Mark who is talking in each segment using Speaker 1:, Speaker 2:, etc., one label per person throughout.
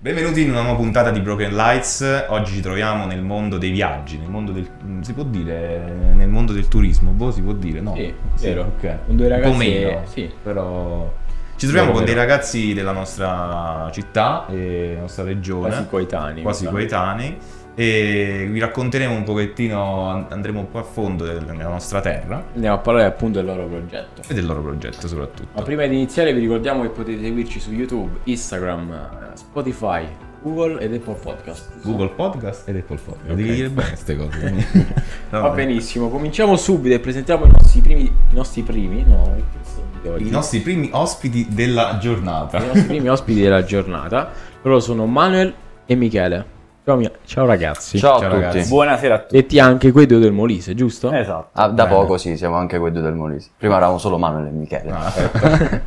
Speaker 1: Benvenuti in una nuova puntata di Broken Lights. Oggi ci troviamo nel mondo dei viaggi, nel mondo del. mm, si può dire. nel mondo del turismo, boh, si può dire, no?
Speaker 2: Sì, vero.
Speaker 1: ok.
Speaker 2: Con due ragazzi
Speaker 1: Un po' meno,
Speaker 2: che- sì.
Speaker 1: però. Ci troviamo
Speaker 2: Vero,
Speaker 1: con
Speaker 2: vero.
Speaker 1: dei ragazzi della nostra città e nostra regione,
Speaker 2: Quasi coetanei.
Speaker 1: quasi
Speaker 2: mi sa.
Speaker 1: coetanei, e vi racconteremo un pochettino, an- andremo un po' a fondo del- della nostra terra
Speaker 2: Andiamo a parlare appunto del loro progetto.
Speaker 1: e del loro progetto soprattutto.
Speaker 2: Ma prima di iniziare vi ricordiamo che potete seguirci su YouTube, Instagram, eh, Spotify, Google ed Apple Podcast. giusto?
Speaker 1: Google Podcast ed Apple Podcast.
Speaker 2: Ok.
Speaker 1: Devi dire bene queste cose. No,
Speaker 2: Va benissimo, cominciamo subito e presentiamo i nostri primi... I nostri primi? No, che cazzo di
Speaker 1: I
Speaker 2: oggi?
Speaker 1: nostri primi ospiti della
Speaker 2: I
Speaker 1: giornata.
Speaker 2: nostri primi ospiti della giornata. Loro sono Manuel e Michele. Ciao, mi- ciao ragazzi.
Speaker 3: Ciao,
Speaker 1: Ciao,
Speaker 3: a tutti.
Speaker 1: ragazzi.
Speaker 4: Buonasera a tutti.
Speaker 2: Detti anche quei due del Molise, giusto?
Speaker 4: Esatto.
Speaker 3: Ah, da
Speaker 1: Bene.
Speaker 3: poco sì, siamo anche quei due del Molise. Prima eravamo solo Manuel e Michele.
Speaker 1: Ah.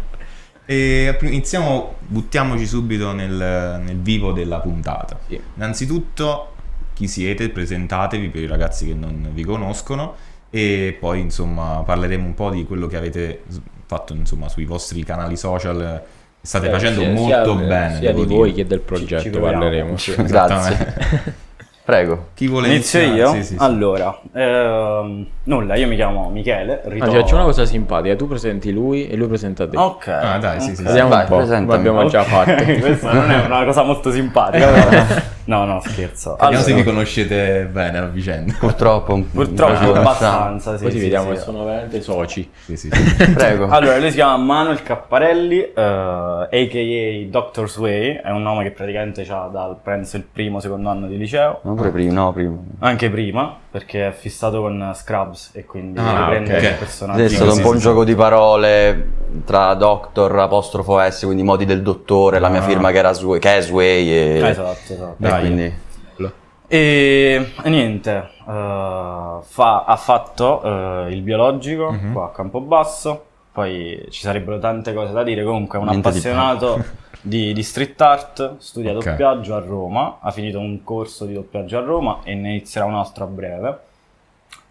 Speaker 1: E pr- iniziamo, buttiamoci subito nel, nel vivo della puntata.
Speaker 2: Sì.
Speaker 1: Innanzitutto, chi siete? Presentatevi per i ragazzi che non vi conoscono e poi insomma parleremo un po' di quello che avete s- fatto insomma sui vostri canali social. State
Speaker 2: Eh,
Speaker 1: facendo
Speaker 2: sia-
Speaker 1: molto
Speaker 2: sia-
Speaker 1: bene.
Speaker 2: Sia
Speaker 1: devo
Speaker 2: di
Speaker 1: dire.
Speaker 2: voi che del progetto
Speaker 4: proviamo.
Speaker 2: parleremo.
Speaker 1: Esattamente.
Speaker 3: Prego.
Speaker 1: Chi vuole
Speaker 4: Inizio
Speaker 1: iniziare?
Speaker 4: io?
Speaker 1: Sì, sì, sì.
Speaker 4: Allora, ehm, nulla, io mi chiamo Michele,
Speaker 2: Ah,
Speaker 4: ritorno.
Speaker 2: cioè, c'è una cosa simpatica, tu presenti lui e lui presenta te.
Speaker 4: Ok.
Speaker 1: Ah, dai, sì, sì,
Speaker 4: ok.
Speaker 1: sì.
Speaker 2: Vediamo
Speaker 3: Vai,
Speaker 2: un po',
Speaker 3: presentami.
Speaker 2: lo abbiamo già
Speaker 4: Oh, Ok,
Speaker 2: fatto.
Speaker 4: Questa non è una cosa molto simpatica. però- No, no, scherzo.
Speaker 1: Vediamo se vi
Speaker 4: Allora,
Speaker 1: conoscete bene a vicenda.
Speaker 3: Purtroppo. un- un po'
Speaker 4: purtroppo
Speaker 3: ci
Speaker 4: abbastanza, sì,
Speaker 2: Così
Speaker 4: sì,
Speaker 2: vediamo
Speaker 4: sì.
Speaker 2: che sono veramente soci.
Speaker 1: Sì, sì, sì.
Speaker 3: lasciamo. Prego.
Speaker 4: Allora, lui si chiama Manuel Capparelli, eh, a.k.a. Dr. Sway, è un nome che praticamente ha dal, penso, il primo, secondo anno di liceo.
Speaker 3: Non pure prima, no, prima.
Speaker 4: Anche prima, perché è fissato con Scrubs e quindi
Speaker 1: Ah,
Speaker 4: riprende
Speaker 1: ok.
Speaker 4: il personaggio.
Speaker 3: Sì, è stato un
Speaker 1: sì,
Speaker 3: po' un
Speaker 1: sì,
Speaker 3: gioco di parole tra doctor, apostrofo S, quindi modi del dottore, la mia
Speaker 1: Ah.
Speaker 3: firma che era Sway, che è Sway e,
Speaker 4: Esatto, esatto.
Speaker 3: e
Speaker 1: Dai.
Speaker 3: quindi
Speaker 4: E e niente, eh, fa- ha fatto eh, il biologico
Speaker 1: Mhm.
Speaker 4: qua a Campobasso, poi ci sarebbero tante cose da dire, comunque è un
Speaker 3: Niente di
Speaker 4: appassionato di, di street art, studia
Speaker 1: Ok.
Speaker 4: doppiaggio a Roma, ha finito un corso di doppiaggio a Roma e ne inizierà un altro a breve.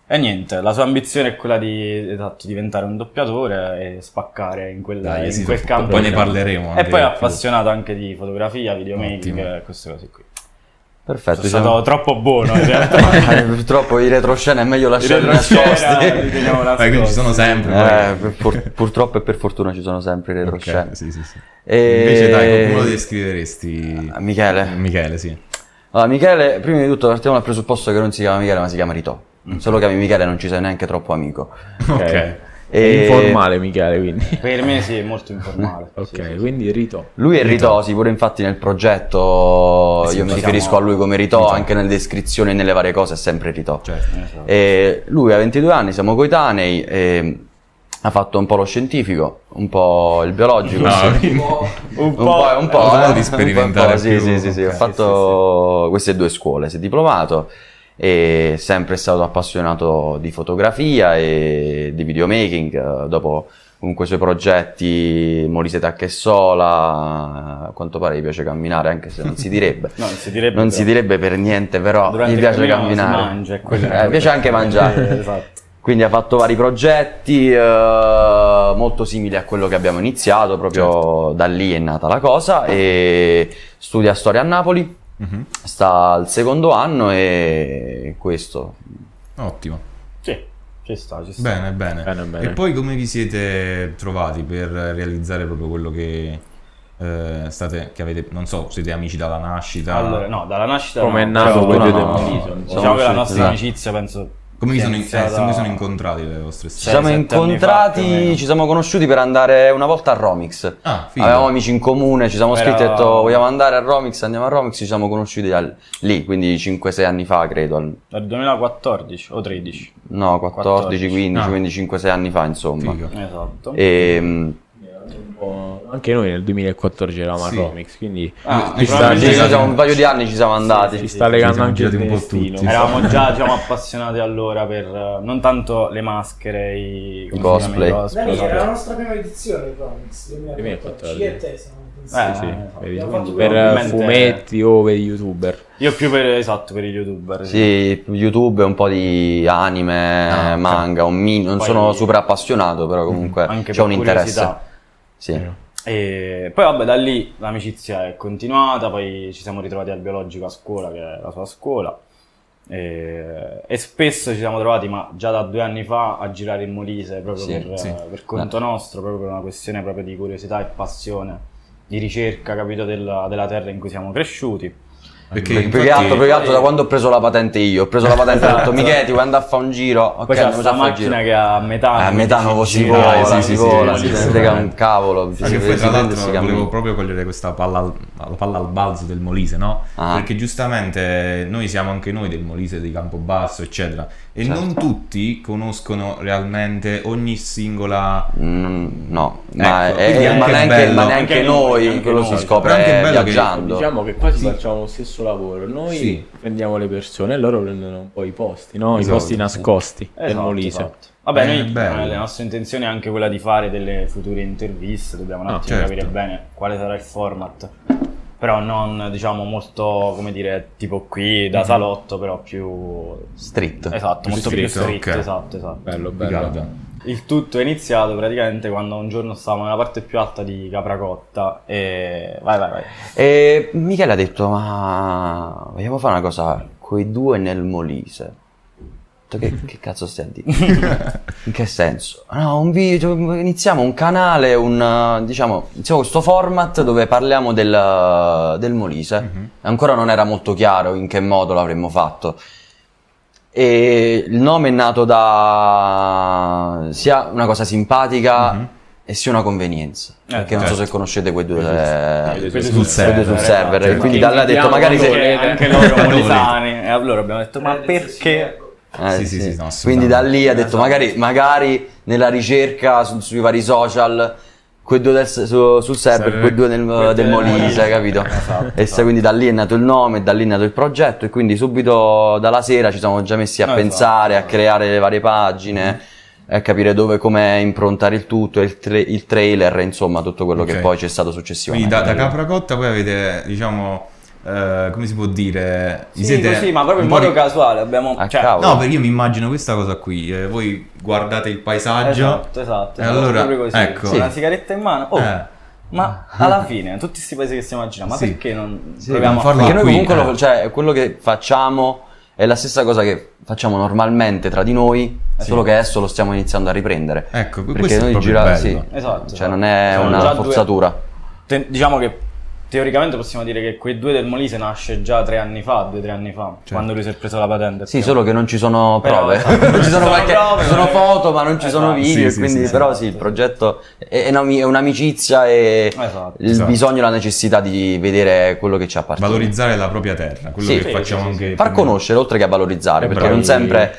Speaker 4: E niente, la sua ambizione è quella di esatto, diventare un doppiatore e spaccare in, quella-
Speaker 1: Dai,
Speaker 4: in
Speaker 1: sì,
Speaker 4: quel
Speaker 1: poi
Speaker 4: campo.
Speaker 1: ne
Speaker 4: lì.
Speaker 1: parleremo
Speaker 4: E
Speaker 1: anche
Speaker 4: poi è
Speaker 1: più.
Speaker 4: appassionato anche di fotografia, videomaking
Speaker 1: Ottimo.
Speaker 4: e queste cose qui.
Speaker 3: perfetto.
Speaker 4: Sono
Speaker 3: siamo-
Speaker 4: stato troppo buono in realtà.
Speaker 3: Eh, Purtroppo i retroscena è meglio lasciarli
Speaker 4: Retroscena, li
Speaker 3: nascosti.
Speaker 4: teniamo nascosti.
Speaker 1: Perché ci sono sempre.
Speaker 3: Eh,
Speaker 1: poi.
Speaker 3: pur- pur- purtroppo e per fortuna ci sono sempre i retroscena.
Speaker 1: Ok, sì, sì, sì.
Speaker 3: E- Eh,
Speaker 1: Invece dai, come lo descriveresti?
Speaker 3: Michele.
Speaker 1: Michele, sì.
Speaker 3: Allora, Michele, prima di tutto partiamo dal presupposto che non si chiama Michele, ma si chiama Rito. Se lo chiami Michele non ci sei neanche troppo amico.
Speaker 1: Ok.
Speaker 2: È informale Michele, quindi.
Speaker 4: Per me sì, è molto informale.
Speaker 2: Ok,
Speaker 4: Sì, sì.
Speaker 2: quindi Rito.
Speaker 3: Lui è Rito, sì, pure infatti nel progetto
Speaker 4: Eh sì,
Speaker 3: io mi
Speaker 4: lo
Speaker 3: riferisco a
Speaker 4: chiamo
Speaker 3: lui come Rito,
Speaker 1: Rito.
Speaker 3: anche nelle descrizioni e nelle varie cose è sempre Rito.
Speaker 1: Certo.
Speaker 4: Esatto.
Speaker 3: E lui ha 22 anni, siamo coetanei, e ha fatto un po' lo scientifico, un po' il biologico.
Speaker 1: No,
Speaker 3: sì.
Speaker 1: quindi-
Speaker 4: un
Speaker 3: Un po', un po',
Speaker 1: un po'
Speaker 3: eh,
Speaker 1: di sperimentare
Speaker 3: sì,
Speaker 1: più.
Speaker 3: sì, sì, sì,
Speaker 1: Ok.
Speaker 3: ho fatto queste due scuole, si è diplomato e sempre stato appassionato di fotografia e di videomaking, eh, dopo comunque i suoi progetti Molise Tacchessola, a quanto pare gli piace camminare anche se non si direbbe.
Speaker 4: No, non si direbbe.
Speaker 3: Non
Speaker 4: però.
Speaker 3: si direbbe per niente, però
Speaker 4: Durante
Speaker 3: gli
Speaker 4: il
Speaker 3: piace
Speaker 4: cammino si
Speaker 3: camminare.
Speaker 4: mangia, è quello
Speaker 3: Eh,
Speaker 4: che-
Speaker 3: piace anche mangiare.
Speaker 4: Eh, esatto.
Speaker 3: Quindi ha fatto vari progetti eh, molto simili a quello che abbiamo iniziato, proprio
Speaker 4: Certo.
Speaker 3: da lì è nata la cosa e studia storia a Napoli,
Speaker 1: Mhm.
Speaker 3: sta al secondo anno e questo.
Speaker 1: Ottimo.
Speaker 4: Sì, ci sta, ci sta.
Speaker 1: Bene, bene.
Speaker 2: Bene, bene.
Speaker 1: Eh. E poi come vi siete trovati per realizzare proprio quello che eh, state che avete, non so, siete amici dalla nascita?
Speaker 4: Allora, no, dalla nascita
Speaker 2: Come è
Speaker 4: no,
Speaker 2: nato
Speaker 4: però-
Speaker 2: quel
Speaker 4: no,
Speaker 2: due
Speaker 4: no,
Speaker 2: del
Speaker 4: no.
Speaker 2: Molise,
Speaker 4: Diciamo che la nostra
Speaker 3: Esatto.
Speaker 4: amicizia penso
Speaker 1: come vi
Speaker 4: sia
Speaker 1: sono, in- eh,
Speaker 4: iniziata-
Speaker 1: come sono incontrati le vostre
Speaker 3: Ci
Speaker 4: Sei,
Speaker 1: storie?
Speaker 3: siamo
Speaker 4: sette anni fa, più o
Speaker 3: incontrati,
Speaker 4: meno.
Speaker 3: ci siamo conosciuti per andare una volta a Romix.
Speaker 1: Ah, figo.
Speaker 3: Avevamo amici in comune, ci siamo
Speaker 4: Era-
Speaker 3: scritti e detto vogliamo andare a Romix, andiamo a Romix, ci siamo conosciuti al- lì, quindi 5-6 anni fa credo, al-
Speaker 4: dal 2014 o 13.
Speaker 3: no 14, 15,
Speaker 1: Ah.
Speaker 3: quindi 5-6 anni fa insomma.
Speaker 1: Figo.
Speaker 3: Ehm,
Speaker 4: Esatto.
Speaker 3: Eh, E,
Speaker 2: Anche noi nel 2014 eravamo
Speaker 1: Sì.
Speaker 2: a Romix, quindi
Speaker 4: Ah,
Speaker 1: Ci sta-
Speaker 4: probabilmente-
Speaker 3: Sì, sì, siamo un paio di anni ci siamo andati.
Speaker 2: ci
Speaker 4: sì,
Speaker 2: sta
Speaker 4: sì,
Speaker 2: legando
Speaker 1: siamo
Speaker 2: anche il
Speaker 1: girati un po'
Speaker 2: destino.
Speaker 1: tutti,
Speaker 2: Era-
Speaker 4: Eravamo già diciamo, appassionati allora per eh, non tanto le maschere, i, come si
Speaker 3: cosplay.
Speaker 4: chiama, i
Speaker 5: Dani, era la
Speaker 4: esatto.
Speaker 5: nostra prima edizione Comics 2014 io e te siamo
Speaker 4: Eh,
Speaker 5: insieme.
Speaker 2: Sì,
Speaker 4: eh,
Speaker 2: vedi.
Speaker 5: abbiamo fatto
Speaker 2: per
Speaker 4: probabilmente-
Speaker 2: fumetti o per youtuber.
Speaker 4: Io più per esatto per i youtuber.
Speaker 3: Sì, YouTube, un po' di anime,
Speaker 1: Ah, ok.
Speaker 3: manga, un mini- non
Speaker 4: Poi-
Speaker 3: sono super appassionato, però comunque
Speaker 4: Anche
Speaker 3: c'è
Speaker 4: per
Speaker 3: un interesse.
Speaker 4: curiosità.
Speaker 3: Sì.
Speaker 4: E poi vabbè, da lì l'amicizia è continuata, poi ci siamo ritrovati al biologico a scuola, che è la sua scuola. E, e spesso ci siamo trovati, ma già da due anni fa, a girare in Molise proprio
Speaker 3: Sì, Eh.
Speaker 4: per, eh,
Speaker 1: sì.
Speaker 4: per conto nostro, proprio per una questione proprio di curiosità e passione, di ricerca, capito, della, della terra in cui siamo cresciuti.
Speaker 1: Perché
Speaker 3: Perché più che
Speaker 1: infatti-
Speaker 3: altro, più che altro da quando ho preso la patente io, ho preso la patente e ho detto Micheti, vuoi andare a fare un giro? Ok,
Speaker 4: Poi c'è
Speaker 3: andiamo già
Speaker 4: questa
Speaker 3: a fare un giro. Eh,
Speaker 4: macchina che a metà...
Speaker 3: A metà non si
Speaker 4: gira,
Speaker 3: vola,
Speaker 1: sì,
Speaker 3: si
Speaker 1: sì, sì,
Speaker 3: vola,
Speaker 1: sì,
Speaker 3: si
Speaker 1: sì,
Speaker 3: frega
Speaker 1: sì.
Speaker 3: un cavolo, si
Speaker 1: Perché poi
Speaker 3: prende
Speaker 1: tra
Speaker 3: si prende e si
Speaker 1: l'altro volevo
Speaker 3: cammina.
Speaker 1: proprio cogliere questa palla al, la palla al balzo del Molise, no?
Speaker 3: Ah.
Speaker 1: Perché giustamente noi siamo anche noi del Molise di Campobasso, eccetera. E
Speaker 3: Certo.
Speaker 1: non tutti conoscono realmente ogni singola.
Speaker 3: Mm, No, ma,
Speaker 1: Ecco,
Speaker 3: è-
Speaker 1: quindi
Speaker 3: è-
Speaker 1: anche
Speaker 3: ma neanche,
Speaker 1: bello.
Speaker 3: ma neanche
Speaker 4: Anche
Speaker 3: noi,
Speaker 4: noi,
Speaker 3: quello
Speaker 4: anche
Speaker 3: si
Speaker 4: noi.
Speaker 3: scopre
Speaker 1: Però anche è bello che-
Speaker 3: viaggiando.
Speaker 2: Diciamo che quasi
Speaker 1: Sì.
Speaker 2: facciamo lo stesso lavoro. Noi
Speaker 1: Sì.
Speaker 2: prendiamo le persone e loro prendono un po' i posti, no?
Speaker 3: Esatto,
Speaker 2: I posti
Speaker 3: sì.
Speaker 2: nascosti del
Speaker 4: Esatto,
Speaker 2: Molise.
Speaker 4: esatto. Vabbè,
Speaker 1: Eh,
Speaker 4: noi
Speaker 1: bello.
Speaker 4: eh, la nostra intenzione è anche quella di fare delle future interviste, dobbiamo un
Speaker 1: Ah,
Speaker 4: attimo
Speaker 1: certo.
Speaker 4: capire bene quale sarà il format. Però non diciamo molto, come dire, tipo qui da
Speaker 1: Mhm.
Speaker 4: salotto, però più
Speaker 3: Street.
Speaker 4: Esatto,
Speaker 1: Più
Speaker 4: molto più
Speaker 1: stretto,
Speaker 4: stretto,
Speaker 1: ok.
Speaker 4: esatto, esatto.
Speaker 2: Bello, bello.
Speaker 1: Guarda.
Speaker 4: Il tutto è iniziato praticamente quando un giorno stavamo nella parte più alta di Capracotta e vai vai vai.
Speaker 3: E Michele ha detto, ma vogliamo fare una cosa, quei due nel Molise. Ho detto, Che, che cazzo stai a dire? In che senso? No, un video, cioè, iniziamo un canale, un, uh, diciamo, iniziamo questo format dove parliamo del, del Molise.
Speaker 1: Mhm.
Speaker 3: Ancora non era molto chiaro in che modo l'avremmo fatto. E il nome è nato da sia una cosa
Speaker 4: Ah,
Speaker 3: simpatica
Speaker 1: Mhm.
Speaker 3: e sia una convenienza. perché non so
Speaker 1: certo.
Speaker 3: se conoscete quei due,
Speaker 2: Quelli
Speaker 3: eh,
Speaker 2: sul
Speaker 3: quei
Speaker 1: server,
Speaker 3: due sul
Speaker 1: esatto.
Speaker 3: server.
Speaker 1: Cioè,
Speaker 3: quindi
Speaker 1: ma-
Speaker 3: da là ha detto
Speaker 2: Invitiamo
Speaker 3: magari
Speaker 2: quando
Speaker 3: se...
Speaker 2: volete.
Speaker 4: anche loro molisani e allora abbiamo detto ma perché
Speaker 1: ecco.
Speaker 3: eh,
Speaker 1: Sì, sì, sì, no,
Speaker 3: quindi
Speaker 1: assolutamente.
Speaker 3: da lì ha detto
Speaker 4: Esatto.
Speaker 3: magari, magari nella ricerca su- sui vari social quei due del- su- sul server,
Speaker 1: Server.
Speaker 3: quei due nel-
Speaker 4: Quel
Speaker 3: del
Speaker 4: del
Speaker 3: Molise,
Speaker 4: Molise.
Speaker 3: capito?
Speaker 4: Esatto,
Speaker 3: E
Speaker 4: esatto.
Speaker 3: se- quindi da lì è nato il nome, da lì è nato il progetto e quindi subito dalla sera ci siamo già messi a
Speaker 4: Esatto.
Speaker 3: pensare, a creare le varie pagine,
Speaker 1: Mm-hmm.
Speaker 3: a capire dove, come improntare il tutto, il, tra- il trailer, insomma tutto quello
Speaker 1: Ok.
Speaker 3: che poi c'è stato
Speaker 1: Quindi
Speaker 3: successivamente.
Speaker 1: da, da Capracotta voi avete, diciamo, eh, come si può dire? vi
Speaker 4: Sì,
Speaker 1: siete
Speaker 4: così, ma
Speaker 1: un
Speaker 4: proprio in
Speaker 1: po'
Speaker 4: modo
Speaker 1: ri-
Speaker 4: casuale abbiamo
Speaker 3: A
Speaker 4: cioè,
Speaker 3: cavolo.
Speaker 1: No, perché io mi immagino questa cosa qui. eh, voi guardate il paesaggio.
Speaker 4: Esatto, esatto.
Speaker 1: E allora,
Speaker 4: proprio così.
Speaker 1: ecco.
Speaker 4: Sì, Una sigaretta in mano. Oh,
Speaker 1: Eh.
Speaker 4: ma alla fine, tutti questi paesi che stiamo a girare, ma
Speaker 1: Sì.
Speaker 4: perché non
Speaker 1: Sì,
Speaker 4: proviamo
Speaker 1: non
Speaker 4: a
Speaker 1: farlo
Speaker 3: Perché
Speaker 4: farlo?
Speaker 3: noi
Speaker 1: qui,
Speaker 3: comunque lo-
Speaker 1: eh.
Speaker 3: cioè, quello che facciamo è la stessa cosa che facciamo normalmente tra di noi, solo che adesso lo stiamo iniziando a riprendere.
Speaker 1: Ecco, que-
Speaker 3: perché
Speaker 1: questo è
Speaker 3: noi
Speaker 1: proprio
Speaker 3: girare,
Speaker 1: bello.
Speaker 3: sì,
Speaker 4: Esatto,
Speaker 3: cioè
Speaker 4: esatto.
Speaker 3: non è
Speaker 4: Sono già
Speaker 3: una
Speaker 4: due-
Speaker 3: forzatura.
Speaker 4: Te- diciamo che teoricamente possiamo dire che quei due del Molise nasce già tre anni fa, due o tre anni fa,
Speaker 1: Certo.
Speaker 4: quando lui si è preso la patente.
Speaker 3: Sì, solo che non ci sono
Speaker 4: Però,
Speaker 3: prove,
Speaker 4: esatto.
Speaker 3: non ci sono, qualche-
Speaker 4: prove,
Speaker 3: ci sono
Speaker 4: non è-
Speaker 3: foto, ma non ci sono
Speaker 4: Esatto.
Speaker 3: video,
Speaker 1: Sì, sì,
Speaker 3: quindi
Speaker 1: sì,
Speaker 3: però
Speaker 4: sì.
Speaker 3: sì, il progetto è, è un'ami- è un'amicizia e
Speaker 4: Esatto.
Speaker 3: il
Speaker 1: Esatto.
Speaker 3: bisogno e la necessità di vedere quello che ci appartiene.
Speaker 1: Valorizzare la propria terra, quello
Speaker 3: Sì,
Speaker 1: che
Speaker 4: sì,
Speaker 1: facciamo
Speaker 4: sì, sì,
Speaker 1: anche.
Speaker 4: sì.
Speaker 3: Far
Speaker 1: per-
Speaker 3: conoscere oltre che a valorizzare,
Speaker 1: Eh,
Speaker 3: perché
Speaker 1: bravi.
Speaker 3: non sempre...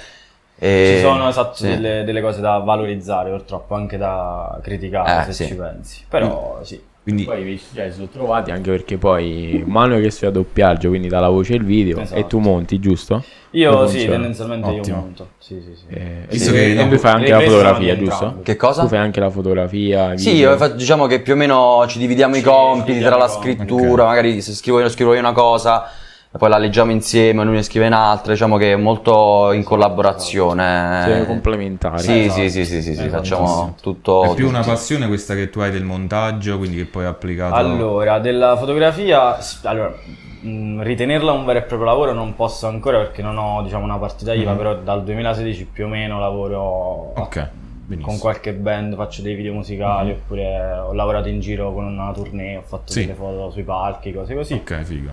Speaker 3: eh,
Speaker 4: Ci sono esatto
Speaker 3: sì.
Speaker 4: delle, delle cose da valorizzare, purtroppo, anche da criticare,
Speaker 3: Eh,
Speaker 4: se
Speaker 3: sì.
Speaker 4: ci pensi. Però sì.
Speaker 1: Quindi
Speaker 2: Poi vi- cioè, si sono trovati anche perché poi Manuel che studia doppiaggio, quindi dà la voce e il video
Speaker 4: Esatto.
Speaker 2: e tu monti, giusto?
Speaker 4: Io
Speaker 2: Come
Speaker 4: sì,
Speaker 2: funziona?
Speaker 4: tendenzialmente
Speaker 1: Ottimo.
Speaker 4: io monto. Sì, sì, sì.
Speaker 2: Eh,
Speaker 1: Visto
Speaker 2: sì,
Speaker 1: che
Speaker 2: e
Speaker 1: no,
Speaker 2: lui fa anche
Speaker 4: le
Speaker 2: la
Speaker 4: prese
Speaker 2: fotografia,
Speaker 4: sono di
Speaker 2: giusto?
Speaker 4: entrambi.
Speaker 3: Che
Speaker 2: Tu
Speaker 3: cosa?
Speaker 2: fai anche la fotografia,
Speaker 3: Sì,
Speaker 2: video.
Speaker 3: io fa- diciamo che più o meno ci dividiamo i
Speaker 4: Ci
Speaker 3: compiti
Speaker 4: dividiamo
Speaker 3: tra la
Speaker 4: i compiti.
Speaker 3: scrittura,
Speaker 1: Ok.
Speaker 3: magari se scrivo io scrivo io una cosa, e poi la leggiamo insieme, lui ne scrive un'altra, diciamo che è molto
Speaker 2: Cioè,
Speaker 3: in collaborazione.
Speaker 2: complementari.
Speaker 3: eh. Sì,
Speaker 4: Esatto.
Speaker 3: sì, sì, sì, sì, sì,
Speaker 4: Esatto.
Speaker 3: facciamo tutto.
Speaker 1: è più una
Speaker 3: tutti.
Speaker 1: passione questa che tu hai del montaggio, quindi che poi hai applicato.
Speaker 4: Allora, della fotografia, s- allora, mh, ritenerla un vero e proprio lavoro non posso ancora perché non ho diciamo, una partita IVA,
Speaker 1: Mhm.
Speaker 4: però dal 2016 più o meno lavoro
Speaker 1: Ok,
Speaker 4: con
Speaker 1: benissimo.
Speaker 4: qualche band, faccio dei video musicali
Speaker 1: Mhm.
Speaker 4: oppure ho lavorato in giro con una tournée, ho fatto
Speaker 1: Sì.
Speaker 4: delle foto sui palchi, cose così.
Speaker 1: Ok, figo.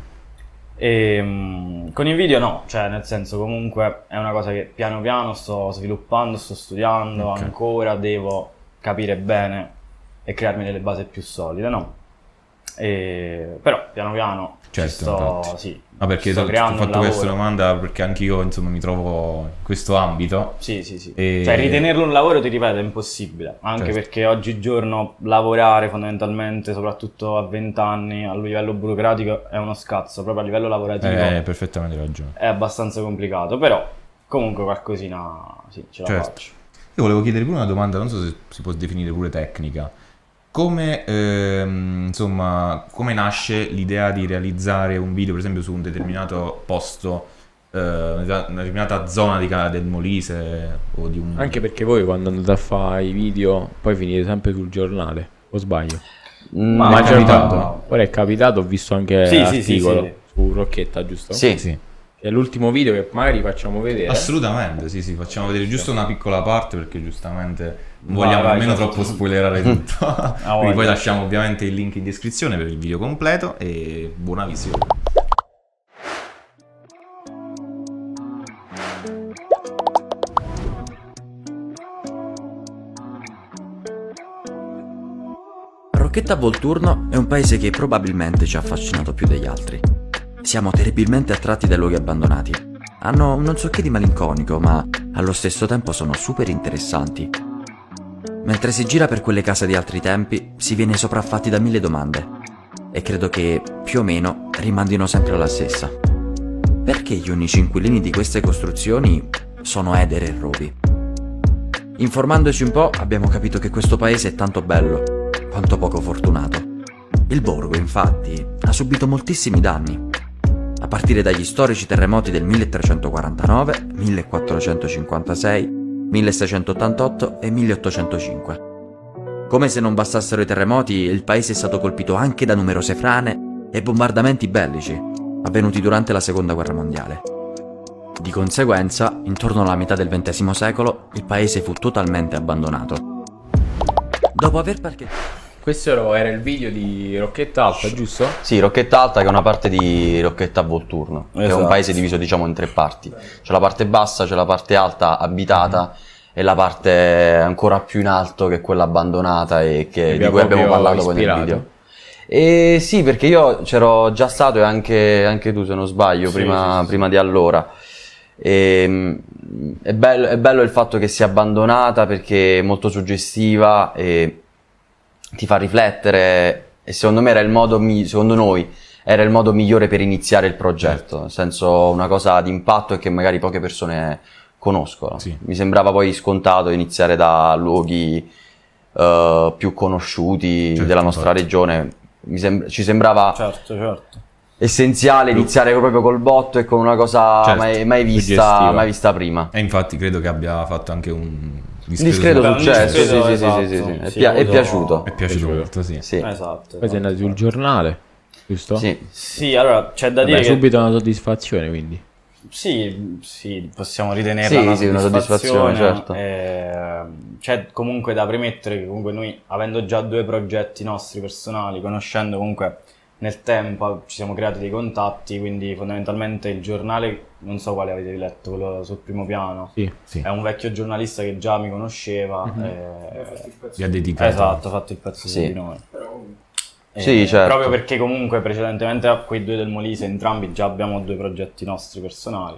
Speaker 4: E, mh, Ehm, con il video no, cioè nel senso comunque è una cosa che piano piano sto sviluppando, sto studiando,
Speaker 1: Ok.
Speaker 4: ancora devo capire bene e crearmi delle basi più solide, no? E, però piano piano ci
Speaker 1: Certo,
Speaker 4: sto,
Speaker 1: infatti.
Speaker 4: sì,
Speaker 1: Ma perché
Speaker 4: ci
Speaker 1: ti
Speaker 4: sto
Speaker 1: ho
Speaker 4: creando un
Speaker 1: fatto questa
Speaker 4: lavoro.
Speaker 1: domanda? Perché anch'io, insomma, mi trovo in questo ambito.
Speaker 4: Sì, sì, sì.
Speaker 1: E-
Speaker 4: Cioè, ritenerlo un lavoro, ti ripeto, è impossibile. Anche
Speaker 1: Certo.
Speaker 4: perché oggigiorno lavorare fondamentalmente, soprattutto a 20 anni, a livello burocratico, è uno scazzo. Proprio a livello lavorativo
Speaker 1: Eh, hai perfettamente ragione.
Speaker 4: è abbastanza complicato. Però, comunque, qualcosina sì, ce la
Speaker 1: Certo.
Speaker 4: faccio.
Speaker 1: Io volevo chiedere pure una domanda, non so se si può definire pure tecnica. Come, ehm, insomma, come nasce l'idea di realizzare un video, per esempio, su un determinato posto, eh, una determinata zona di Ca- del Molise o di un...
Speaker 2: Anche perché voi quando andate a fare i video poi finite sempre sul giornale, o sbaglio?
Speaker 3: Mm,
Speaker 1: Ma
Speaker 2: Ma
Speaker 1: è
Speaker 2: c'è
Speaker 1: capitato.
Speaker 2: un- Ora è capitato, ho visto anche
Speaker 4: Sì, sì, sì,
Speaker 2: l'articolo
Speaker 4: sì.
Speaker 2: su Rocchetta, giusto?
Speaker 3: Sì.
Speaker 1: Sì.
Speaker 2: È l'ultimo video che magari facciamo
Speaker 4: Eh?
Speaker 2: vedere.
Speaker 1: Assolutamente, sì, sì, facciamo vedere giusto una piccola parte perché giustamente non
Speaker 4: Vai,
Speaker 1: vogliamo
Speaker 4: vai,
Speaker 1: nemmeno
Speaker 4: esatto.
Speaker 1: troppo spoilerare tutto. Quindi
Speaker 4: voglia.
Speaker 1: poi lasciamo ovviamente il link in descrizione per il video completo e buona visione.
Speaker 6: Rocchetta Volturno è un paese che probabilmente ci ha affascinato più degli altri. Siamo terribilmente attratti dai luoghi abbandonati. Hanno un non so che di malinconico, ma allo stesso tempo sono super interessanti. Mentre si gira per quelle case di altri tempi, si viene sopraffatti da mille domande. E credo che, più o meno, rimandino sempre alla stessa. Perché gli unici inquilini di queste costruzioni sono Eder e Roby? Informandoci un po', abbiamo capito che questo paese è tanto bello quanto poco fortunato. Il borgo, infatti, ha subito moltissimi danni, a partire dagli storici terremoti del 1349, 1456, 1688 e 1805. Come se non bastassero i terremoti, il paese è stato colpito anche da numerose frane e bombardamenti bellici, avvenuti durante la Seconda Guerra Mondiale. Di conseguenza, intorno alla metà del XX secolo, il paese fu totalmente abbandonato. Dopo aver parcheggiato...
Speaker 2: Questo era era il video di Rocchetta Alta, giusto?
Speaker 3: Sì, Rocchetta Alta che è una parte di Rocchetta Volturno, che è
Speaker 4: Esatto.
Speaker 3: un paese diviso diciamo in tre parti. C'è la parte bassa, c'è la parte alta abitata
Speaker 4: Mhm.
Speaker 3: e la parte ancora più in alto che è quella abbandonata e che-
Speaker 2: Che
Speaker 3: di
Speaker 2: abbiamo
Speaker 3: cui abbiamo
Speaker 2: proprio
Speaker 3: parlato poi nel
Speaker 2: ispirato.
Speaker 3: video. E sì, perché io c'ero già stato e anche, anche tu se non sbaglio,
Speaker 4: Sì,
Speaker 3: prima,
Speaker 4: sì, sì.
Speaker 3: prima di allora. E, mm, è, bello, è bello il fatto che sia abbandonata perché è molto suggestiva e ti fa riflettere e secondo me era il modo, mi- secondo noi, era il modo migliore per iniziare il progetto, nel senso una cosa di impatto e che magari poche persone conoscono.
Speaker 1: Sì.
Speaker 3: Mi sembrava poi scontato iniziare da luoghi eh, più conosciuti
Speaker 1: Certo,
Speaker 3: della nostra
Speaker 1: infatti.
Speaker 3: regione. Mi sem- ci sembrava
Speaker 4: Certo, certo.
Speaker 3: essenziale iniziare proprio col botto e con una cosa
Speaker 1: Certo,
Speaker 3: mai, mai vista,
Speaker 2: suggestiva.
Speaker 3: mai vista prima.
Speaker 1: E infatti credo che abbia fatto anche un
Speaker 3: Un discreto
Speaker 4: Beh, un
Speaker 3: successo,
Speaker 4: discreto,
Speaker 3: sì, sì, sì, sì, sì,
Speaker 4: esatto.
Speaker 3: sì, È,
Speaker 4: Sì,
Speaker 3: pia- è
Speaker 4: molto-
Speaker 3: piaciuto.
Speaker 1: È piaciuto
Speaker 2: Piaciuto.
Speaker 1: molto, Eh, sì.
Speaker 3: Sì,
Speaker 4: Esatto.
Speaker 2: Poi sei
Speaker 4: esatto.
Speaker 2: andato sul giornale, giusto?
Speaker 3: sì.
Speaker 4: Sì, allora c'è da
Speaker 2: Vabbè,
Speaker 4: dire che
Speaker 2: subito una soddisfazione, quindi.
Speaker 4: Sì, sì, possiamo ritenerla
Speaker 3: Sì,
Speaker 4: una,
Speaker 3: sì, una soddisfazione,
Speaker 4: soddisfazione.
Speaker 3: certo.
Speaker 4: ehm, c'è comunque da premettere che comunque noi, avendo già due progetti nostri personali, conoscendo comunque nel tempo, ci siamo creati dei contatti, quindi fondamentalmente il giornale, non so quale avete letto, quello sul primo piano,
Speaker 2: Sì.
Speaker 1: Sì.
Speaker 4: è un vecchio giornalista che già mi conosceva.
Speaker 2: Mhm.
Speaker 4: eh,
Speaker 1: Gli ha dedicato.
Speaker 4: esatto, ha fatto il pezzo
Speaker 3: Sì.
Speaker 4: su di noi. Eh,
Speaker 3: Sì, certo.
Speaker 4: Proprio perché comunque precedentemente a quei due del Molise entrambi già abbiamo due progetti nostri personali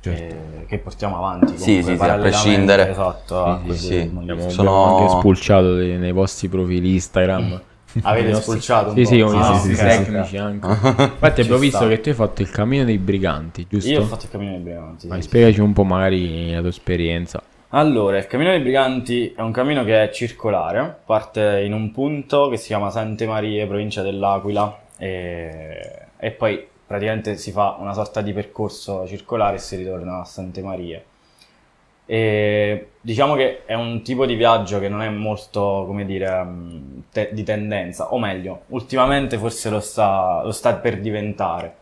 Speaker 1: Certo.
Speaker 4: eh, che portiamo
Speaker 3: Sì,
Speaker 4: avanti. comunque,
Speaker 3: sì, sì, a
Speaker 4: parallelamente,
Speaker 3: prescindere.
Speaker 4: Esatto, a
Speaker 3: Sì,
Speaker 4: quei due
Speaker 3: sì.
Speaker 4: del Molise.
Speaker 2: Abbiamo,
Speaker 3: Sono-
Speaker 2: abbiamo anche spulciato dei- nei vostri profili Instagram.
Speaker 4: Avete
Speaker 2: I nostri-
Speaker 4: spulciato un
Speaker 2: Sì,
Speaker 4: po'?
Speaker 2: sì,
Speaker 4: Ah,
Speaker 2: con i
Speaker 4: ok.
Speaker 2: nostri
Speaker 1: sì, sì,
Speaker 2: tecnici anche. Infatti
Speaker 4: Ci
Speaker 2: abbiamo visto
Speaker 4: sta.
Speaker 2: che tu hai fatto il cammino dei briganti, giusto?
Speaker 4: Io ho fatto il cammino dei briganti.
Speaker 2: Ma
Speaker 4: sì, sì.
Speaker 2: spiegaci un po' magari la tua esperienza.
Speaker 4: Allora, il cammino dei briganti è un cammino che è circolare, parte in un punto che si chiama Sante Marie, provincia dell'Aquila, e, e poi praticamente si fa una sorta di percorso circolare e si ritorna a Sante Marie. E diciamo che è un tipo di viaggio che non è molto, come dire, mh, te- di tendenza, o meglio, ultimamente forse lo sta, lo sta per diventare.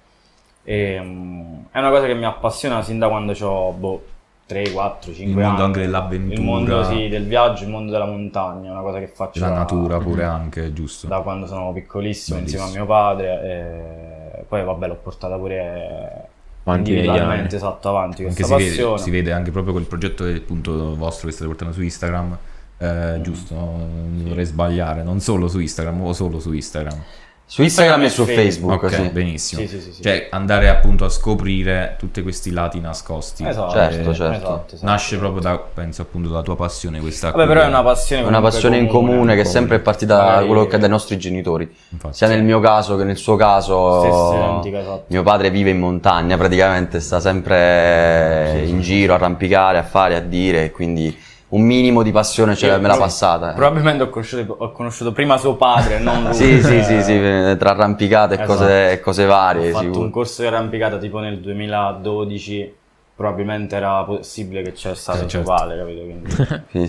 Speaker 4: E, mh, è una cosa che mi appassiona sin da quando ho boh, 3, 4, 5
Speaker 1: Il mondo
Speaker 4: anni.
Speaker 1: anche dell'avventura,
Speaker 4: Il mondo sì, del viaggio, il mondo della montagna, è una cosa che faccio
Speaker 1: della
Speaker 4: da-
Speaker 1: natura pure anche, giusto?
Speaker 4: mm-hmm. da quando sono piccolissimo
Speaker 1: Bellissimo.
Speaker 4: insieme a mio padre. e poi vabbè l'ho portata pure
Speaker 2: Avanti negli
Speaker 4: individualmente,
Speaker 2: anni.
Speaker 4: esatto, avanti
Speaker 1: Anche
Speaker 4: questa
Speaker 1: si vede,
Speaker 4: passione.
Speaker 1: si vede anche proprio quel progetto del punto vostro che state portando su Instagram. eh,
Speaker 4: Mm.
Speaker 1: Giusto, non vorrei sbagliare, non solo su Instagram o solo su Instagram.
Speaker 3: Su Instagram e su
Speaker 4: Facebook.
Speaker 3: Facebook,
Speaker 1: ok,
Speaker 3: sì.
Speaker 1: benissimo.
Speaker 4: Sì, sì, sì, sì.
Speaker 1: Cioè andare appunto a scoprire tutti questi lati nascosti.
Speaker 4: Esatto,
Speaker 3: Certo,
Speaker 1: Eh,
Speaker 3: certo.
Speaker 4: esatto, esatto.
Speaker 1: Nasce proprio da, penso appunto, dalla tua passione questa
Speaker 4: Vabbè, però è una
Speaker 1: curiosità,
Speaker 4: passione
Speaker 3: È una passione in comune che sempre è partita da
Speaker 4: Magari-
Speaker 3: quello che è dai nostri genitori.
Speaker 1: infatti.
Speaker 3: Sia nel mio caso che nel suo
Speaker 4: Stessa
Speaker 3: caso.
Speaker 4: identica, esatto.
Speaker 3: Mio padre vive in montagna, praticamente sta sempre
Speaker 4: Sì, sì,
Speaker 3: in
Speaker 4: sì.
Speaker 3: giro a arrampicare, a fare, a dire, quindi un minimo di passione ce
Speaker 4: Io
Speaker 3: l'ha- me l'ha
Speaker 4: prob-
Speaker 3: passata. eh.
Speaker 4: Probabilmente ho conosciuto, ho conosciuto prima suo padre, non lui.
Speaker 3: Sì, sì,
Speaker 4: Eh,
Speaker 3: sì, sì, tra arrampicate e cose,
Speaker 4: Esatto.
Speaker 3: e cose
Speaker 4: Ho
Speaker 3: varie,
Speaker 4: fatto
Speaker 3: sicuro.
Speaker 4: un corso di arrampicata tipo nel 2012, probabilmente era possibile che c'è stato
Speaker 1: Eh,
Speaker 4: suo
Speaker 1: certo.
Speaker 4: padre, capito? Quindi...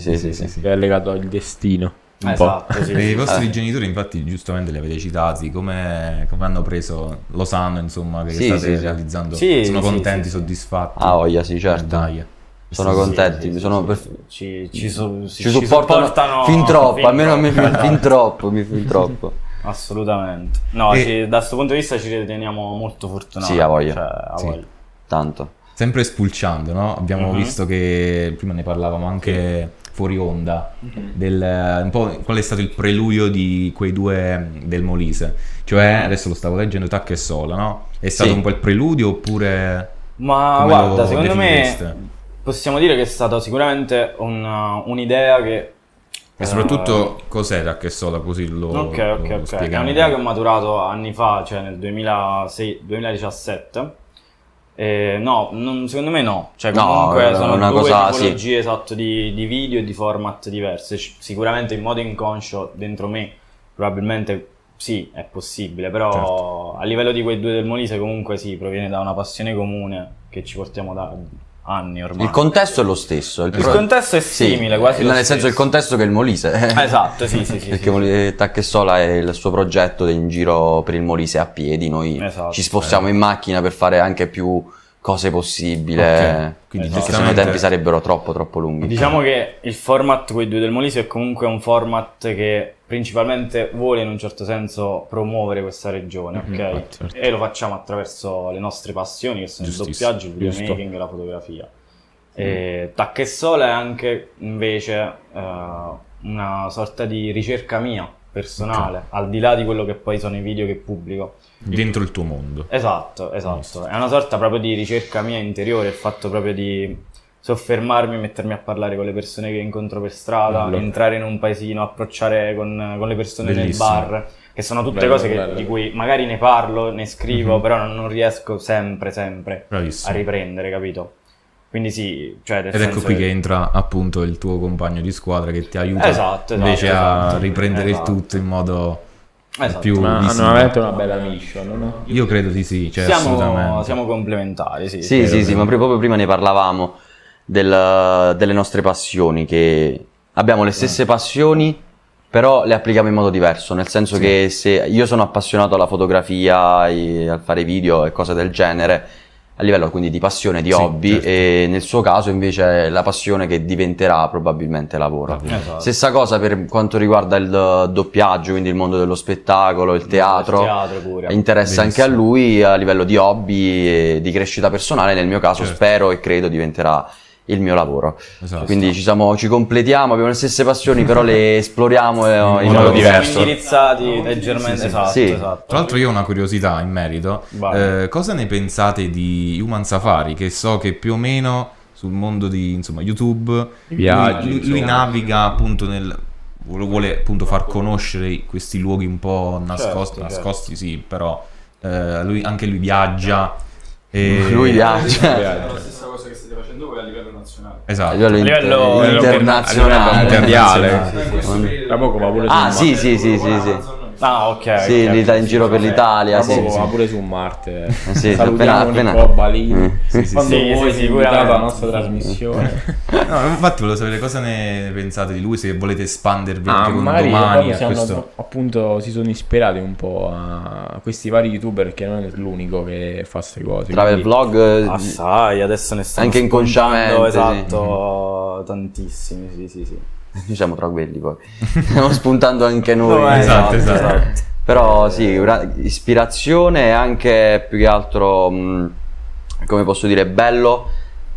Speaker 3: Sì, sì, sì, sì.
Speaker 1: sì.
Speaker 2: Che è legato al destino.
Speaker 1: un po'.
Speaker 4: Esatto, sì.
Speaker 1: E I
Speaker 4: sì.
Speaker 1: vostri
Speaker 3: Ah.
Speaker 1: genitori, infatti, giustamente li avete citati, come, come hanno preso, lo sanno insomma che
Speaker 3: Sì,
Speaker 1: state
Speaker 3: sì, sì.
Speaker 1: realizzando,
Speaker 4: Sì,
Speaker 1: sono
Speaker 4: sì,
Speaker 1: contenti,
Speaker 4: sì, sì.
Speaker 1: soddisfatti. Eh,
Speaker 3: Ah, voglia, sì, certo.
Speaker 1: Dai.
Speaker 3: Sono
Speaker 4: Sì,
Speaker 3: contenti,
Speaker 4: sì, sì,
Speaker 3: sono
Speaker 4: sì.
Speaker 3: per- Mm.
Speaker 4: ci, ci su-
Speaker 3: ci,
Speaker 4: ci
Speaker 3: supportano, fin troppo, almeno a me fin, fin troppo, mi- fin troppo.
Speaker 4: Assolutamente. No,
Speaker 1: E-
Speaker 4: ci- da questo punto di vista ci riteniamo molto fortunati.
Speaker 3: Sì, ha voglia.
Speaker 4: Cioè, ha
Speaker 1: Sì.
Speaker 4: voglia.
Speaker 3: Tanto.
Speaker 1: Sempre spulciando, no? Abbiamo
Speaker 4: Mhm.
Speaker 1: visto che prima ne parlavamo anche fuori onda. del, eh, un po' qual è stato il preludio di quei due mm, del Molise. Cioè, adesso lo stavo leggendo, Tac e Sola, no? È stato
Speaker 3: Sì.
Speaker 1: un po' il preludio oppure...
Speaker 4: Ma
Speaker 1: Come
Speaker 4: guarda,
Speaker 1: lo
Speaker 4: secondo me
Speaker 1: definireste?
Speaker 4: possiamo dire che è stata sicuramente una- un'idea che...
Speaker 1: E soprattutto Eh. cos'è Tac e Sola, così lo,
Speaker 4: Ok,
Speaker 1: lo
Speaker 4: ok, ok. È
Speaker 1: spieghiamo.
Speaker 4: un'idea che ho maturato anni fa, cioè nel 2006, 2017. Eh, no, non- secondo me no. Cioè,
Speaker 3: No,
Speaker 4: comunque
Speaker 3: è
Speaker 4: sono
Speaker 3: una
Speaker 4: due
Speaker 3: cosa,
Speaker 4: tipologie esatto, di, di video e di format diverse. C- sicuramente in modo inconscio dentro me, probabilmente sì, è possibile, però
Speaker 1: Certo.
Speaker 4: a livello di quei due del Molise comunque sì, proviene da una passione comune che ci portiamo da anni ormai.
Speaker 3: Il contesto è lo stesso.
Speaker 4: Il contesto è simile, quasi lo
Speaker 3: Nel senso,
Speaker 4: stesso.
Speaker 3: il contesto che è il Molise.
Speaker 4: Esatto, sì, sì, sì,
Speaker 3: Perché
Speaker 4: sì.
Speaker 3: Moli- Tacchesola è il suo progetto in giro per il Molise a piedi. Noi
Speaker 4: Esatto.
Speaker 3: ci spostiamo in macchina per fare anche più cose
Speaker 4: Eh,
Speaker 3: possibile.
Speaker 1: Ok, quindi
Speaker 3: perché sennò i
Speaker 1: giustamente-
Speaker 3: tempi sarebbero troppo, troppo lunghi.
Speaker 4: Diciamo che il format quei due del Molise è comunque un format che principalmente vuole in un certo senso promuovere questa regione, ok?
Speaker 1: Mhm, infatti, certo.
Speaker 4: E lo facciamo attraverso le nostre passioni che sono il
Speaker 1: Giustissimo,
Speaker 4: doppiaggio, il
Speaker 1: giusto. Mm.
Speaker 4: videomaking e la fotografia. E Tac e Sola è anche invece eh, una sorta di ricerca mia personale, al di là di quello che poi sono i video che pubblico.
Speaker 1: Dentro il tuo mondo.
Speaker 4: Esatto, esatto. È una sorta proprio di ricerca mia interiore, il fatto proprio di soffermarmi, mettermi a parlare con le persone che incontro per strada,
Speaker 1: Bello.
Speaker 4: entrare in un paesino, approcciare con, con le persone
Speaker 1: Bellissimo.
Speaker 4: nel bar, che sono tutte
Speaker 2: Bello,
Speaker 4: cose che-
Speaker 2: bello.
Speaker 4: di cui magari ne parlo, ne scrivo,
Speaker 1: Mhm.
Speaker 4: però non, non riesco sempre, sempre a
Speaker 1: Bravissimo.
Speaker 4: riprendere, capito? Quindi sì, cioè nel
Speaker 1: Ed ecco
Speaker 4: senso
Speaker 1: qui che entra appunto il tuo compagno di squadra che ti aiuta
Speaker 4: Esatto, esatto,
Speaker 1: invece a
Speaker 4: esatto.
Speaker 1: riprendere
Speaker 4: Esatto.
Speaker 1: il tutto in modo
Speaker 4: Esatto.
Speaker 1: più
Speaker 2: Ma hanno
Speaker 1: visibile.
Speaker 2: veramente una bella mission, no?
Speaker 1: Io credo di sì, cioè
Speaker 4: siamo,
Speaker 1: assolutamente.
Speaker 4: siamo complementari,
Speaker 3: Sì,
Speaker 4: sì.
Speaker 3: sì,
Speaker 1: vero,
Speaker 3: sì,
Speaker 1: vero.
Speaker 3: ma pr- proprio prima ne parlavamo del- delle nostre passioni, che abbiamo le
Speaker 1: Ah.
Speaker 3: stesse passioni, però le applichiamo in modo diverso, nel senso che se io sono appassionato alla fotografia, e al fare video e cose del genere, a livello quindi di passione, di
Speaker 1: Sì,
Speaker 3: hobby,
Speaker 1: certo.
Speaker 3: e nel suo caso invece è la passione che diventerà probabilmente lavoro.
Speaker 1: Lavoro.
Speaker 4: Esatto.
Speaker 3: Stessa cosa per quanto riguarda il doppiaggio, quindi il mondo dello spettacolo, il teatro.
Speaker 4: Il teatro pure.
Speaker 3: Interessa anche a
Speaker 1: Benissimo.
Speaker 3: lui a livello di hobby e di crescita personale, nel mio caso
Speaker 1: Certo.
Speaker 3: spero e credo diventerà il mio lavoro.
Speaker 1: Esatto.
Speaker 3: Quindi ci, siamo- ci completiamo, abbiamo le stesse passioni, però le esploriamo eh, in,
Speaker 1: In
Speaker 3: modo
Speaker 1: modo
Speaker 4: Siamo
Speaker 3: diverso.
Speaker 4: indirizzati leggermente, esatto,
Speaker 3: Sì.
Speaker 4: esatto.
Speaker 1: Tra l'altro io ho una curiosità in merito.
Speaker 4: Vai.
Speaker 1: Eh, cosa ne pensate di Human Safari? Che so che più o meno sul mondo di insomma, YouTube
Speaker 2: viaggi,
Speaker 1: lui, lui- lui
Speaker 2: insomma.
Speaker 1: naviga appunto nel vuole, vuole appunto far conoscere questi luoghi un po' nascosti,
Speaker 4: Certo,
Speaker 1: nascosti sì, però eh, lui, anche lui viaggia. e-
Speaker 3: Lui
Speaker 4: Eh,
Speaker 3: viaggia
Speaker 2: Viaggi.
Speaker 7: la stessa cosa che state facendo voi a livello nazionale.
Speaker 3: a
Speaker 1: Esatto.
Speaker 3: livello, inter-
Speaker 4: livello-
Speaker 1: Internazionale.
Speaker 2: a livello mondiale.
Speaker 3: internazionale.
Speaker 7: Eh, questo
Speaker 3: sì.
Speaker 7: periodo-
Speaker 2: Tra poco va pure
Speaker 3: Ah,
Speaker 2: su
Speaker 3: sì,
Speaker 2: Marte.
Speaker 3: sì, sì, sì, sì.
Speaker 7: Amazon-
Speaker 4: Ah, ok.
Speaker 3: Sì,
Speaker 4: ok,
Speaker 3: l'Italia
Speaker 4: ok,
Speaker 3: in giro per
Speaker 4: vabbè.
Speaker 3: l'Italia,
Speaker 2: Ah, boh, Ma
Speaker 3: sì,
Speaker 2: poco
Speaker 3: sì.
Speaker 2: va pure su Marte.
Speaker 3: Eh sì,
Speaker 2: Salutiamo
Speaker 3: appena- appena-
Speaker 2: Nicola Balini.
Speaker 3: Mm.
Speaker 1: Sì, sì,
Speaker 2: Quando
Speaker 1: sì.
Speaker 4: sì,
Speaker 2: voi
Speaker 4: sì,
Speaker 2: siete invitati alla
Speaker 4: sicuramente.
Speaker 2: nostra trasmissione.
Speaker 1: No, infatti volevo sapere cosa ne pensate di lui, se volete espandervi
Speaker 2: Ah,
Speaker 1: anche con
Speaker 2: magari
Speaker 1: domani
Speaker 2: loro
Speaker 1: a
Speaker 2: si hanno-
Speaker 1: questo.
Speaker 2: appunto si sono ispirati un po' a questi vari youtuber che non è l'unico che fa queste cose.
Speaker 3: Tra
Speaker 2: quindi-
Speaker 3: il vlog eh,
Speaker 4: Assai, Ah, adesso ne stanno
Speaker 3: Anche inconsciamente,
Speaker 4: spuntando,
Speaker 3: sì.
Speaker 4: Esatto, tantissimi, sì, sì, sì.
Speaker 3: Noi siamo tra quelli poi. Stiamo spuntando anche noi.
Speaker 4: No, eh,
Speaker 1: Esatto, esatto.
Speaker 3: Però sì, una- ispirazione e anche più che altro, mh, come posso dire, bello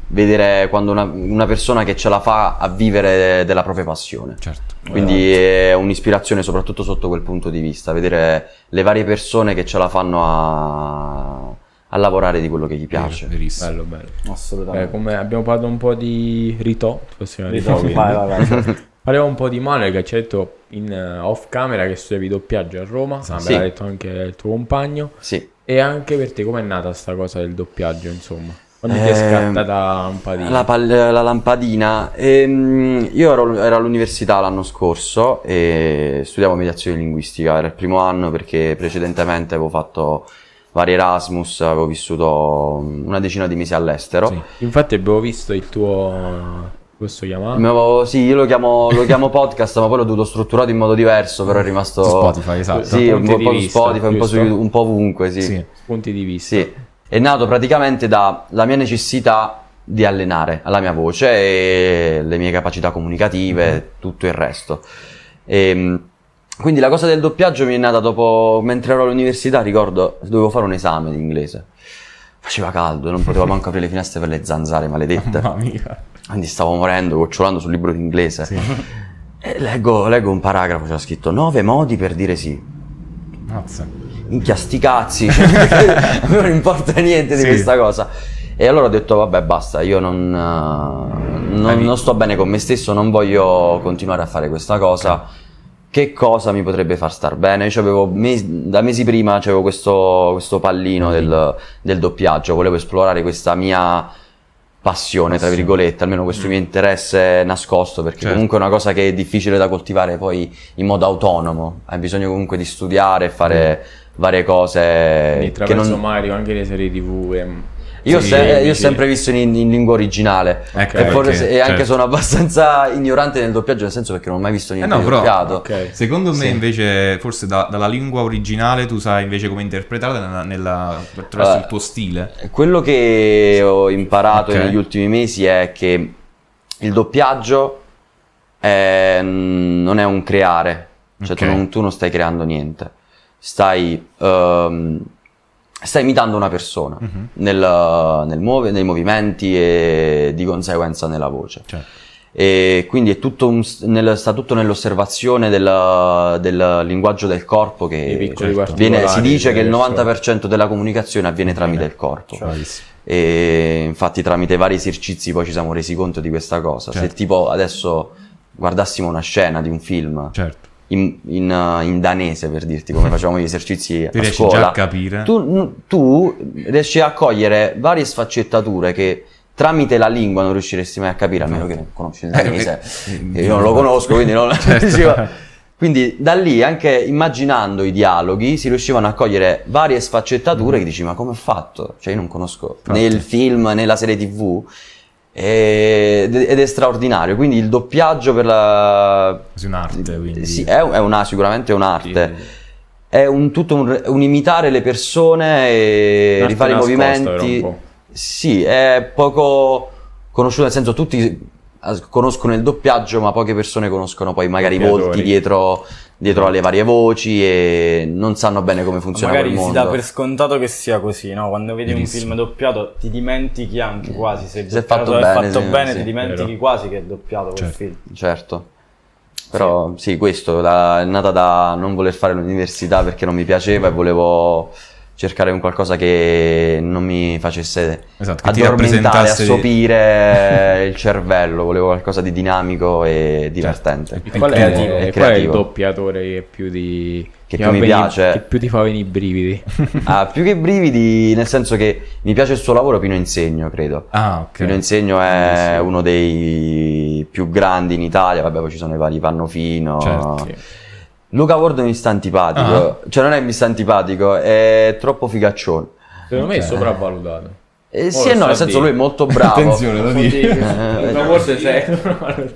Speaker 3: vedere quando una, una persona che ce la fa a vivere della propria passione.
Speaker 1: Certo.
Speaker 3: Quindi è un'ispirazione soprattutto sotto quel punto di vista, vedere le varie persone che ce la fanno a, a lavorare di quello che gli piace.
Speaker 1: Verissimo.
Speaker 2: Bello, bello. Beh,
Speaker 4: Assolutamente.
Speaker 1: Eh,
Speaker 2: come abbiamo parlato un po' di Rito, ti posso chiamare Rito?
Speaker 4: Vai, vai, vai.
Speaker 2: Parliamo un po' di Manuel che ci ha detto in eh, off camera che studiavi doppiaggio a Roma, ah,
Speaker 3: Sì.
Speaker 2: me l'ha detto anche il tuo compagno.
Speaker 3: Sì.
Speaker 2: E anche per te com'è nata sta cosa del doppiaggio, insomma? Quando ti
Speaker 3: Eh,
Speaker 2: è scattata un po' di...
Speaker 3: La, pal- la lampadina. Ehm, io ero, ero all'università l'anno scorso e studiavo mediazione linguistica, era il primo anno perché precedentemente avevo fatto vari Erasmus, avevo vissuto una decina di mesi all'estero.
Speaker 1: Sì.
Speaker 2: Infatti abbiamo visto il tuo Questo Yamaha.
Speaker 3: No, sì, io lo chiamo, lo chiamo podcast, ma poi l'ho dovuto strutturato in modo diverso, però è rimasto...
Speaker 1: Su Spotify, esatto.
Speaker 3: Sì, un
Speaker 2: Punti di
Speaker 3: po', un po' su
Speaker 2: vista,
Speaker 3: Spotify, un po', su
Speaker 2: giusto?
Speaker 3: YouTube, un po' ovunque, sì.
Speaker 1: Sì.
Speaker 2: Punti di vista.
Speaker 3: Sì, è nato praticamente dalla mia necessità di allenare la mia voce e le mie capacità comunicative e tutto il resto. Ehm, quindi la cosa del doppiaggio mi è nata dopo, mentre ero all'università, ricordo, dovevo fare un esame di inglese. Faceva caldo, non potevo manco aprire le finestre per le zanzare maledette.
Speaker 1: Mamma mia.
Speaker 3: Quindi stavo morendo, gocciolando sul libro di inglese.
Speaker 1: Sì.
Speaker 3: E leggo, leggo un paragrafo, c'era scritto 9 modi per dire sì.
Speaker 1: Mazza.
Speaker 3: Minchia, sti cazzi, cioè, non importa niente di
Speaker 1: Sì.
Speaker 3: questa cosa. E allora ho detto, vabbè, basta, io non, eh, non,
Speaker 1: Hai-
Speaker 3: non sto bene con me stesso, non voglio continuare a fare questa cosa. Che cosa mi potrebbe far star bene? Io avevo mesi- da mesi prima c'avevo questo, questo pallino del, del doppiaggio, volevo esplorare questa mia passione, tra
Speaker 1: Passione. Mm.
Speaker 3: virgolette, almeno questo mio interesse nascosto, perché
Speaker 1: Certo.
Speaker 3: comunque è una cosa che è difficile da coltivare poi in modo autonomo, hai bisogno comunque di studiare e fare
Speaker 1: Mm.
Speaker 3: varie cose
Speaker 2: Quindi
Speaker 3: che
Speaker 2: attraverso
Speaker 3: non...
Speaker 2: Mario anche le serie TV. ehm,
Speaker 3: Io,
Speaker 2: sì,
Speaker 3: se- io ho
Speaker 2: dici-
Speaker 3: sempre visto in, in lingua originale
Speaker 1: Ok,
Speaker 3: e, forse-
Speaker 1: ok,
Speaker 3: e anche
Speaker 1: certo. Eh
Speaker 3: sono abbastanza ignorante nel doppiaggio, nel senso perché non ho mai visto niente
Speaker 1: no,
Speaker 3: di
Speaker 1: però-
Speaker 3: doppiato.
Speaker 2: Ok.
Speaker 1: Secondo me
Speaker 3: Sì.
Speaker 1: invece, forse da- dalla lingua originale tu sai invece come interpretarla nella- nella- attraverso
Speaker 3: Allora,
Speaker 1: il tuo stile.
Speaker 3: Eh, Quello che ho imparato
Speaker 1: Ok.
Speaker 3: negli ultimi mesi è che il doppiaggio è- mm, non è un creare, cioè tu,
Speaker 1: Ok.
Speaker 3: non, tu non stai creando niente, stai, ehm, stai imitando una persona
Speaker 1: Mhm.
Speaker 3: nel- nel muove- nei movimenti e di conseguenza nella voce.
Speaker 1: Cioè,
Speaker 3: E quindi è tutto un- nel- sta tutto nell'osservazione della- del linguaggio del corpo che cioè,
Speaker 2: I piccoli
Speaker 1: certo.
Speaker 3: viene-
Speaker 2: particolari
Speaker 3: si dice che
Speaker 2: delle Cioè,
Speaker 3: il
Speaker 2: persone.
Speaker 3: 90% della comunicazione avviene tramite il corpo.
Speaker 1: bravissimo.
Speaker 3: E infatti tramite vari esercizi poi ci siamo resi conto di questa cosa.
Speaker 1: Certo.
Speaker 3: Se tipo adesso guardassimo una scena di un film
Speaker 1: Certo.
Speaker 3: in, in, eh, in danese per dirti come facevamo gli esercizi
Speaker 1: Tu
Speaker 3: a
Speaker 1: riesci già
Speaker 3: scuola,
Speaker 1: a capire.
Speaker 3: tu, tu riesci a cogliere varie sfaccettature che tramite la lingua non riusciresti mai a capire, a meno che non conosci il danese.
Speaker 1: Certo. eh,
Speaker 3: E io non lo conosco, quindi non
Speaker 1: Certo.
Speaker 3: sì, ma- Quindi da lì, anche immaginando i dialoghi, si riuscivano a cogliere varie
Speaker 2: Mm-hmm.
Speaker 3: sfaccettature che dici, ma come ho fatto? Cioè io non conosco
Speaker 1: Infatti.
Speaker 3: né il film né la serie tv e- ed è straordinario. Quindi il doppiaggio per la...
Speaker 1: Sì, un'arte, quindi.
Speaker 3: Sì, è, è una- sicuramente un'arte.
Speaker 2: Eh, Sì.
Speaker 3: È un, tutto un, re- un imitare le persone e
Speaker 2: Un'arte
Speaker 3: eh, rifare i
Speaker 2: nascosta,
Speaker 3: movimenti.
Speaker 2: però, un po'.
Speaker 3: Sì, è poco conosciuto, nel senso tutti as- conoscono il doppiaggio, ma poche persone conoscono poi magari i
Speaker 2: Doppiatori.
Speaker 3: volti dietro, dietro alle varie voci e non sanno bene come funziona quel
Speaker 4: Magari si
Speaker 3: mondo.
Speaker 4: dà per scontato che sia così, no? Quando vedi
Speaker 1: Verissimo.
Speaker 4: un film doppiato ti dimentichi anche quasi se il
Speaker 3: Se è
Speaker 4: doppiato
Speaker 3: fatto
Speaker 4: è
Speaker 3: bene,
Speaker 4: fatto
Speaker 3: sì,
Speaker 4: bene,
Speaker 3: sì.
Speaker 4: ti dimentichi
Speaker 2: Vero.
Speaker 4: quasi che è doppiato quel
Speaker 1: Certo.
Speaker 4: film.
Speaker 3: Certo. Però sì, questo da- è nata da non voler fare l'università perché non mi piaceva e volevo cercare un qualcosa che non mi facesse
Speaker 1: Esatto, che ti
Speaker 3: addormentare,
Speaker 1: rappresentasse...
Speaker 3: assopire il cervello, volevo qualcosa di dinamico e divertente.
Speaker 1: Certo.
Speaker 2: E qual, è,
Speaker 1: Creativo,
Speaker 2: e
Speaker 1: è
Speaker 2: qual è il
Speaker 3: creativo.
Speaker 2: doppiatore che più ti, Certo. ti
Speaker 3: Che più mi
Speaker 2: fa venire-
Speaker 3: piace?
Speaker 2: Che più ti fa venire i brividi.
Speaker 3: Ah, più che brividi, nel senso che mi piace il suo lavoro Pino Insegno, credo.
Speaker 1: Ah, ok.
Speaker 3: Pino Insegno è
Speaker 2: Bellissimo.
Speaker 3: uno dei più grandi in Italia, vabbè poi ci sono i vari Pannofino.
Speaker 1: Certo.
Speaker 3: Luca Bordo mi sta antipatico, cioè non è mi sta antipatico, è troppo figaccione.
Speaker 2: Secondo me è sopravvalutato.
Speaker 3: Eh,
Speaker 2: Oh,
Speaker 3: sì
Speaker 2: lo sta
Speaker 3: e no, nel
Speaker 2: a
Speaker 3: senso
Speaker 2: dire.
Speaker 3: lui è molto bravo.
Speaker 1: Attenzione, lo dici.
Speaker 3: Eh,
Speaker 2: Ma forse sei.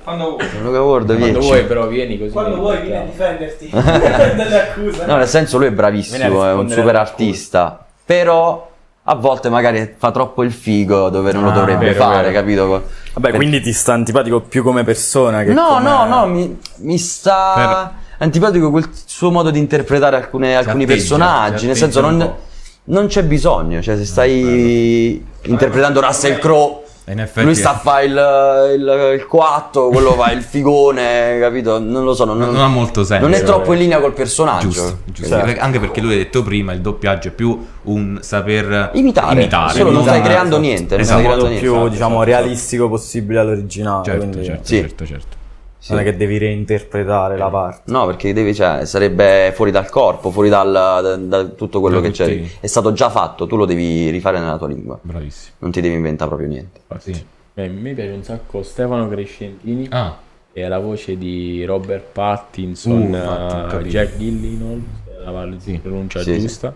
Speaker 7: Quando vuoi.
Speaker 3: Luca
Speaker 2: Quando
Speaker 3: Bordo, vieni.
Speaker 2: vuoi però vieni così.
Speaker 5: Quando
Speaker 2: mi
Speaker 5: vuoi
Speaker 2: mettiamo.
Speaker 5: vieni a difenderti dalle accuse.
Speaker 3: No, nel senso lui è
Speaker 4: Viene
Speaker 3: bravissimo,
Speaker 4: a
Speaker 3: è un
Speaker 4: rispondere
Speaker 3: super
Speaker 4: alla scusa.
Speaker 3: artista, però a volte magari fa troppo il figo dove non lo
Speaker 2: Ah,
Speaker 3: dovrebbe
Speaker 2: vero,
Speaker 3: fare,
Speaker 2: vero.
Speaker 3: capito?
Speaker 1: Eh.
Speaker 4: Vabbè, quindi ti sta antipatico più come persona che
Speaker 3: No,
Speaker 4: come-
Speaker 3: no, no, mi, mi sta antipatico quel suo modo di interpretare alcune- alcuni
Speaker 1: atteggia,
Speaker 3: personaggi,
Speaker 1: si
Speaker 3: nel senso
Speaker 1: atteggia un
Speaker 3: non,
Speaker 1: po'. Ah,
Speaker 3: non c'è bisogno, cioè se stai interpretando Russell Crowe...
Speaker 1: In effetti...
Speaker 3: Lui sta a fare il, il, il coatto, quello fa il figone, capito? Non lo so, non,
Speaker 1: Non ha molto senso.
Speaker 3: non è troppo in linea col personaggio.
Speaker 1: Giusto, giusto.
Speaker 3: Cioè,
Speaker 2: Certo.
Speaker 1: Perché- Anche perché lui ha detto prima, il doppiaggio è più un saper
Speaker 3: Imitare,
Speaker 4: Ah,
Speaker 3: solo non stai creando niente, non
Speaker 1: Esatto.
Speaker 3: stai creando
Speaker 4: modo
Speaker 3: niente.
Speaker 4: più
Speaker 1: Esatto,
Speaker 4: diciamo
Speaker 1: esatto,
Speaker 4: realistico possibile all'originale.
Speaker 1: Certo,
Speaker 4: quindi
Speaker 1: certo,
Speaker 3: Sì.
Speaker 1: certo, certo.
Speaker 4: Non è che devi reinterpretare la parte.
Speaker 3: No, perché devi, cioè, sarebbe fuori dal corpo, fuori dal, da, da tutto quello
Speaker 1: Da
Speaker 3: che c'è.
Speaker 1: tutti.
Speaker 3: È stato già fatto, tu lo devi rifare nella tua lingua.
Speaker 1: Bravissimo.
Speaker 3: Non ti devi inventare proprio niente.
Speaker 1: Sì.
Speaker 2: Eh, mi piace un sacco Stefano Crescentini
Speaker 1: Ah,
Speaker 2: e la voce di Robert Pattinson,
Speaker 1: Uh, infatti, ho
Speaker 2: eh,
Speaker 1: capito.
Speaker 2: Jack Gillinol, la val- pronuncia
Speaker 3: Sì, sì.
Speaker 2: giusta.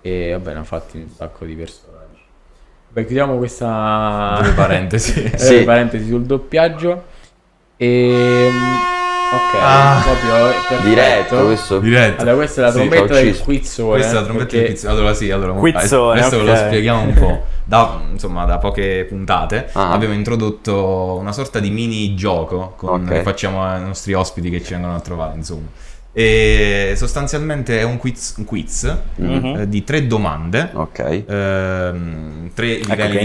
Speaker 2: E vabbè, ne ha fatti un sacco di personaggi. Beh, chiudiamo questa
Speaker 1: Due parentesi.
Speaker 2: breve
Speaker 3: Sì.
Speaker 2: parentesi sul doppiaggio. E... Ok,
Speaker 1: Ah.
Speaker 2: proprio è perfetto.
Speaker 3: Diretto, questo.
Speaker 1: Diretto.
Speaker 2: Allora, questa è la
Speaker 1: Sì,
Speaker 2: trombetta
Speaker 3: ho
Speaker 2: del
Speaker 3: ucciso.
Speaker 2: quizzone.
Speaker 1: Questa è la trombetta del
Speaker 2: perché-
Speaker 1: quizzone. Allora sì, allora
Speaker 4: Quizzone,
Speaker 1: adesso ve
Speaker 4: ok.
Speaker 1: lo spieghiamo un po'. Da, insomma, da poche puntate
Speaker 3: Ah.
Speaker 1: abbiamo introdotto una sorta di mini gioco con-
Speaker 3: Ok.
Speaker 1: che facciamo ai nostri ospiti che ci vengono a trovare, insomma. E sostanzialmente è un quiz, un quiz,
Speaker 4: Mhm.
Speaker 1: eh, di tre domande,
Speaker 3: Ok.
Speaker 1: ehm, tre,
Speaker 4: Ecco
Speaker 1: livelli
Speaker 4: che
Speaker 1: di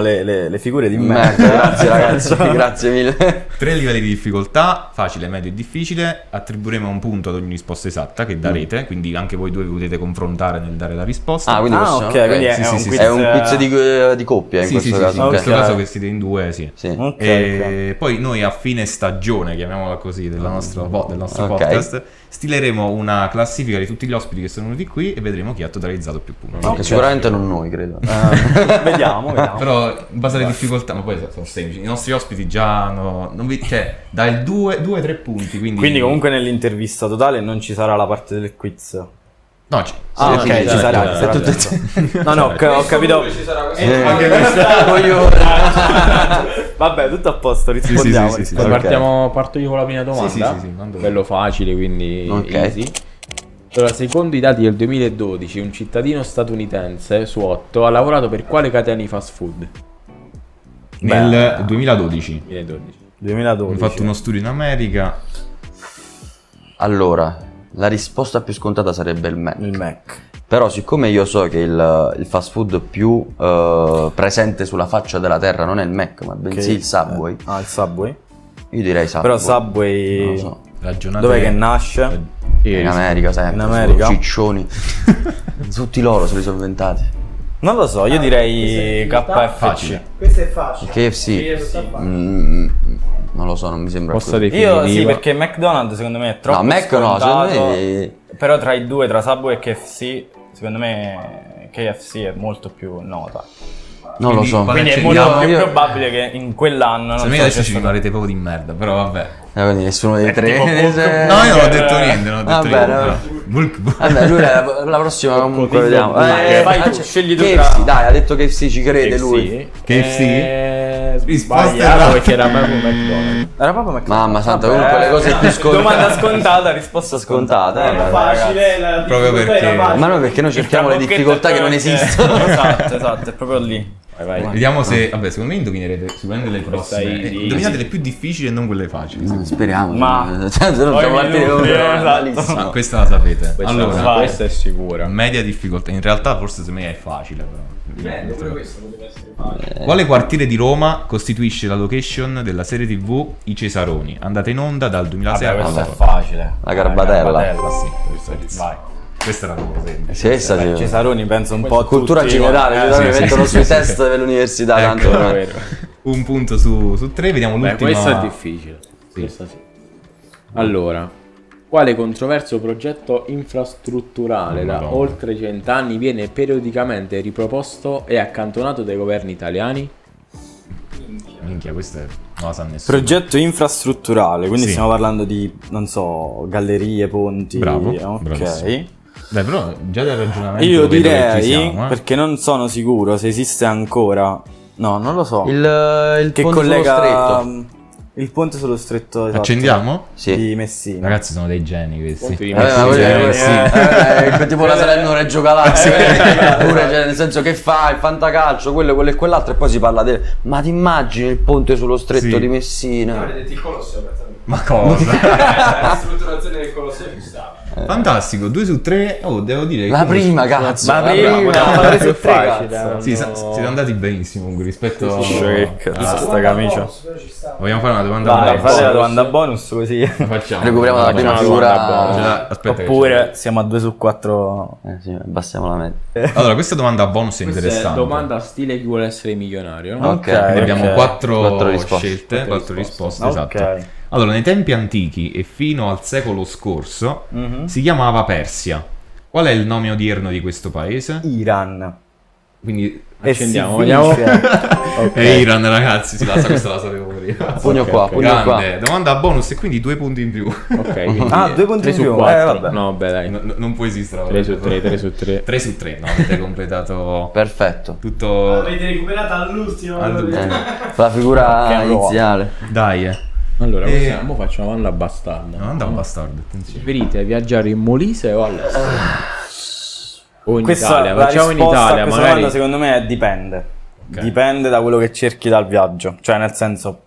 Speaker 1: difficoltà-
Speaker 4: le, le- le figure di merda.
Speaker 3: Merda, grazie ragazzi,
Speaker 1: Esatto.
Speaker 3: grazie mille.
Speaker 1: tre livelli di difficoltà, facile, medio e difficile. Attribuiremo un punto ad ogni risposta esatta che darete, quindi anche voi due vi potete confrontare nel dare la risposta.
Speaker 3: Mm. Ah, quindi
Speaker 4: Ah,
Speaker 3: questo-
Speaker 4: ok, quindi è,
Speaker 1: sì,
Speaker 4: è
Speaker 1: sì,
Speaker 4: un
Speaker 1: sì,
Speaker 4: quiz,
Speaker 3: è un quiz di, di coppia in
Speaker 1: sì, sì,
Speaker 3: questo
Speaker 1: sì,
Speaker 3: caso.
Speaker 1: sì, in
Speaker 3: ok.
Speaker 1: questo
Speaker 4: Ok.
Speaker 1: caso che siete in due, sì.
Speaker 3: Sì.
Speaker 4: Ok,
Speaker 1: E poi noi a fine stagione, chiamiamola così, della nostra po- del nostro
Speaker 3: Mm. Ok.
Speaker 1: podcast, stileremo una classifica di tutti gli ospiti che sono venuti qui e vedremo chi ha totalizzato più punti.
Speaker 3: Ok,
Speaker 4: Ok.
Speaker 3: Sicuramente non noi, credo.
Speaker 4: ok. eh, vediamo, vediamo.
Speaker 1: Però in base alle difficoltà, ma poi sono semplici, i nostri ospiti già hanno, non vi- cioè, dai 2 3 punti, quindi...
Speaker 4: Quindi comunque nell'intervista totale non ci sarà la parte del quiz.
Speaker 1: No, c-
Speaker 4: Ah,
Speaker 1: sì,
Speaker 4: ok,
Speaker 1: sì,
Speaker 4: ci
Speaker 1: sì,
Speaker 4: sarà,
Speaker 1: sì,
Speaker 4: ci sarà
Speaker 1: tutte-
Speaker 4: No, no, ho, ho capito.
Speaker 7: Ci sarà questo.
Speaker 3: Eh,
Speaker 1: anche
Speaker 4: Vabbè, tutto a posto,
Speaker 1: sì, sì,
Speaker 4: rispondiamo.
Speaker 1: sì, sì.
Speaker 2: Poi
Speaker 3: Ok.
Speaker 2: partiamo- parto io con la prima domanda.
Speaker 1: Sì, sì, sì, sì, mando-
Speaker 2: Bello facile, quindi
Speaker 3: Ok.
Speaker 2: easy. Allora, secondo i dati del 2012, un cittadino statunitense su 8 ha lavorato per quale catena di fast food?
Speaker 1: Nel 2012
Speaker 2: 2012.
Speaker 4: 2012.
Speaker 1: ho fatto uno studio in America,
Speaker 3: Allora, la risposta più scontata sarebbe il me.
Speaker 4: Il Mac.
Speaker 3: Però siccome io so che il, il fast food più eh, presente sulla faccia della terra non è il Mac, ma bensì
Speaker 4: Ok.
Speaker 3: il Subway,
Speaker 4: Ah, il Subway.
Speaker 3: io direi Subway.
Speaker 4: eh. Però
Speaker 3: Non
Speaker 4: Subway
Speaker 3: lo so.
Speaker 1: ragionate...
Speaker 4: dov'è che
Speaker 1: Eh.
Speaker 4: nasce?
Speaker 3: In America sempre.
Speaker 4: In
Speaker 3: sono
Speaker 4: America?
Speaker 3: Ciccioni. Tutti loro se li sono inventati.
Speaker 4: Non lo so, io
Speaker 5: Ah,
Speaker 4: direi
Speaker 5: questa è difficoltà?
Speaker 4: KFC.
Speaker 1: Facile.
Speaker 5: Questo è facile.
Speaker 3: KFC.
Speaker 5: Questo è facile.
Speaker 3: Mm, non lo so, non mi sembra
Speaker 2: Posso
Speaker 3: così.
Speaker 2: definitiva.
Speaker 4: Io sì, perché McDonald's secondo me è troppo
Speaker 3: No, Mac no, eh, secondo
Speaker 4: scontato.
Speaker 3: me
Speaker 4: Però tra i due, tra Subway e KFC, secondo me KFC è molto più nota.
Speaker 3: non lo
Speaker 1: Quindi,
Speaker 3: so.
Speaker 1: quando
Speaker 4: Quindi è
Speaker 1: Cioè,
Speaker 4: molto
Speaker 1: no,
Speaker 4: più
Speaker 3: io-
Speaker 4: probabile che in quell'anno non
Speaker 1: Secondo me
Speaker 4: so,
Speaker 1: adesso
Speaker 4: c'è
Speaker 1: ci
Speaker 4: stato-
Speaker 1: parlerete proprio di merda, però vabbè.
Speaker 3: Eh, quindi nessuno dei tre.
Speaker 4: tipo Hulk-
Speaker 1: No, io non ho
Speaker 4: Eh,
Speaker 1: detto niente, non ho detto niente.
Speaker 3: vabbè, vabbè.
Speaker 1: però. Bulk, bulk.
Speaker 3: Vabbè, lui la, la prossima comunque
Speaker 4: Cotino
Speaker 3: vediamo.
Speaker 4: Bulk.
Speaker 3: Eh,
Speaker 4: Vai tu,
Speaker 3: ah,
Speaker 4: scegli tu
Speaker 3: KFC,
Speaker 4: tra-
Speaker 3: dai, ha detto che sì, ci crede lui.
Speaker 2: KFC?
Speaker 1: KFC?
Speaker 2: Eh,
Speaker 1: Risposta
Speaker 2: sbagliato
Speaker 1: errata.
Speaker 2: perché era proprio McDonald's.
Speaker 4: Era proprio McDonald's.
Speaker 3: Mamma santa, comunque le cose più scontate.
Speaker 4: Eh, Domanda scontata, risposta scontata.
Speaker 3: Era
Speaker 4: eh,
Speaker 5: facile, la
Speaker 1: Proprio
Speaker 5: difficoltà
Speaker 1: perché-
Speaker 5: era facile.
Speaker 3: Ma noi perché noi
Speaker 4: Il
Speaker 3: cerchiamo le
Speaker 4: trabocchetto
Speaker 3: difficoltà
Speaker 4: è
Speaker 3: che non
Speaker 4: proprio-
Speaker 3: esistono.
Speaker 4: Esatto, esatto, è proprio lì.
Speaker 2: Vai, vai.
Speaker 1: Vediamo se. Vabbè, secondo me indovinerete sicuramente le
Speaker 2: Questa
Speaker 1: prossime.
Speaker 2: è easy,
Speaker 1: Eh, Indovinate le più difficili e non quelle facili.
Speaker 3: Eh, Speriamo.
Speaker 4: Ma-
Speaker 3: Cioè, se no
Speaker 4: Poi
Speaker 3: siamo
Speaker 4: mi
Speaker 3: partiti
Speaker 4: illumini,
Speaker 3: proprio
Speaker 4: esatto.
Speaker 3: malissimo.
Speaker 1: Ma questa la sapete.
Speaker 2: Questa,
Speaker 1: allora,
Speaker 4: vai.
Speaker 2: questa è sicura.
Speaker 1: Cioè, media difficoltà. In realtà, forse secondo me è facile, però. Eh.
Speaker 7: Dipende, pure questo poteva essere facile.
Speaker 1: Quale quartiere di Roma costituisce la location della serie TV I Cesaroni? Andata in onda dal 2006
Speaker 4: Vabbè,
Speaker 1: al
Speaker 4: questo è
Speaker 1: 2008.
Speaker 4: facile.
Speaker 3: La garbatella.
Speaker 1: Sì,
Speaker 4: Vai.
Speaker 1: Questa era proprio semplice.
Speaker 3: Sì, essa
Speaker 4: Beh,
Speaker 3: sì.
Speaker 4: Cesaroni penso un po'
Speaker 3: Cultura
Speaker 4: tutti,
Speaker 3: generale, cioè,
Speaker 4: eh,
Speaker 1: sì,
Speaker 3: mi
Speaker 1: sì,
Speaker 3: mettono
Speaker 1: sì,
Speaker 3: sui
Speaker 1: sì,
Speaker 3: test
Speaker 1: sì.
Speaker 3: dell'università.
Speaker 1: Ecco,
Speaker 3: tanto
Speaker 1: è
Speaker 3: ormai.
Speaker 1: vero. Un punto su, su tre, vediamo
Speaker 2: Beh,
Speaker 1: l'ultima.
Speaker 2: questo è difficile. Questa sì. Allora, quale controverso progetto infrastrutturale
Speaker 1: Oh,
Speaker 2: da
Speaker 1: Madonna.
Speaker 2: oltre cent'anni viene periodicamente riproposto e accantonato dai governi italiani?
Speaker 1: Minchia, questa è... non la sa nessuno.
Speaker 4: Progetto infrastrutturale, quindi
Speaker 1: Sì.
Speaker 4: stiamo parlando di, non so, gallerie, ponti. eh,
Speaker 1: Bravo,
Speaker 4: ok.
Speaker 1: bravissimo. Beh, però già dal ragionamento
Speaker 4: Io
Speaker 1: vedo che
Speaker 4: direi,
Speaker 1: ci siamo, eh.
Speaker 4: perché non sono sicuro se esiste ancora. No, non lo so.
Speaker 3: Il, eh, il
Speaker 4: che
Speaker 3: ponte sullo
Speaker 4: collega mm,
Speaker 3: stretto.
Speaker 4: il ponte sullo stretto esatto,
Speaker 1: Accendiamo?
Speaker 3: Sì.
Speaker 4: di Messina.
Speaker 1: Ragazzi, sono dei geni questi.
Speaker 2: Ponte di
Speaker 1: Eh,
Speaker 3: Vabbè, ma
Speaker 1: sì,
Speaker 3: voglio
Speaker 1: eh,
Speaker 3: dire,
Speaker 1: sì.
Speaker 3: eh, eh, tipo la Salerno Reggio Calabria eh, pure cioè, nel senso che fa il fantacalcio quello quello e quell'altro e poi si parla del ma ti immagini il ponte sullo stretto
Speaker 1: Sì.
Speaker 3: di
Speaker 7: No,
Speaker 3: Messina
Speaker 7: avete detto il Colosseo, praticamente.
Speaker 1: Ma cosa?
Speaker 7: La strutturazione del Colosseo ci stava.
Speaker 1: Fantastico, due su tre. Oh, devo dire che
Speaker 3: la
Speaker 1: comunque-
Speaker 3: Ah, prima cazzo
Speaker 1: La
Speaker 3: brava,
Speaker 1: prima.
Speaker 3: brava,
Speaker 2: Era
Speaker 3: la
Speaker 2: più
Speaker 3: presa tre,
Speaker 2: facile,
Speaker 3: cazzo.
Speaker 2: erano-
Speaker 1: Sì, sa- siete andati benissimo comunque rispetto
Speaker 4: Sì, sì, sì. Che cazzo.
Speaker 1: Ah,
Speaker 4: Sta camicia.
Speaker 1: Vogliamo fare una domanda?
Speaker 4: Vai,
Speaker 1: bonus?
Speaker 4: fate la domanda bonus così.
Speaker 1: La facciamo.
Speaker 3: recuperiamo
Speaker 1: La
Speaker 3: la prima
Speaker 1: facciamo.
Speaker 3: figura
Speaker 1: Ce la- aspetta,
Speaker 4: Oppure siamo a 2 su 4.
Speaker 3: Eh, sì, abbassiamo la media
Speaker 1: ce la- Allora, questa domanda bonus è
Speaker 2: Questa
Speaker 1: interessante.
Speaker 2: domanda stile chi vuole essere milionario. no?
Speaker 3: Ok,
Speaker 1: Quindi abbiamo
Speaker 4: ok.
Speaker 1: quattro,
Speaker 3: Quattro risposte.
Speaker 1: scelte,
Speaker 2: Quattro
Speaker 1: quattro risposte,
Speaker 2: risposte.
Speaker 1: esatto.
Speaker 4: Ok.
Speaker 1: Allora, nei tempi antichi e fino al secolo scorso
Speaker 4: Mhm.
Speaker 1: si chiamava Persia. Qual è il nome odierno di questo paese?
Speaker 4: Iran.
Speaker 1: Quindi
Speaker 4: E
Speaker 2: Accendiamo,
Speaker 4: si finisce.
Speaker 1: è Iran, ragazzi, Eh, si la sa, questa la sapevo pure
Speaker 2: io.
Speaker 3: Pugno
Speaker 2: Ok,
Speaker 3: qua,
Speaker 2: ok.
Speaker 3: pugno qua.
Speaker 1: Grande, domanda bonus e quindi due punti in più.
Speaker 2: Ok, quindi
Speaker 4: Ah, due punti
Speaker 2: tre
Speaker 4: in
Speaker 2: su
Speaker 4: più,
Speaker 2: quattro.
Speaker 4: eh, vabbè.
Speaker 2: No, beh, dai.
Speaker 1: No- no- non può esistere.
Speaker 2: 3 su 3, 3 su 3.
Speaker 1: 3 su 3, no, avete completato
Speaker 3: Perfetto.
Speaker 1: tutto...
Speaker 5: Avete recuperato all'ultimo.
Speaker 1: All'ultimo.
Speaker 3: Eh,
Speaker 5: allora.
Speaker 3: la figura
Speaker 2: Che roba.
Speaker 3: iniziale.
Speaker 1: Dai, eh.
Speaker 2: Allora,
Speaker 1: Eh.
Speaker 2: questa, mo faccio una domanda bastarda.
Speaker 1: Non andavo bastardo, attenzione.
Speaker 2: Preferite viaggiare in Molise o all'estero? O in
Speaker 4: Ah. Questa,
Speaker 2: Italia?
Speaker 4: la
Speaker 2: Facciamo in
Speaker 4: risposta a
Speaker 2: Italia,
Speaker 4: questa
Speaker 2: magari.
Speaker 4: domanda secondo me è dipende.
Speaker 1: Ok.
Speaker 4: Dipende da quello che cerchi dal viaggio. Cioè, nel senso,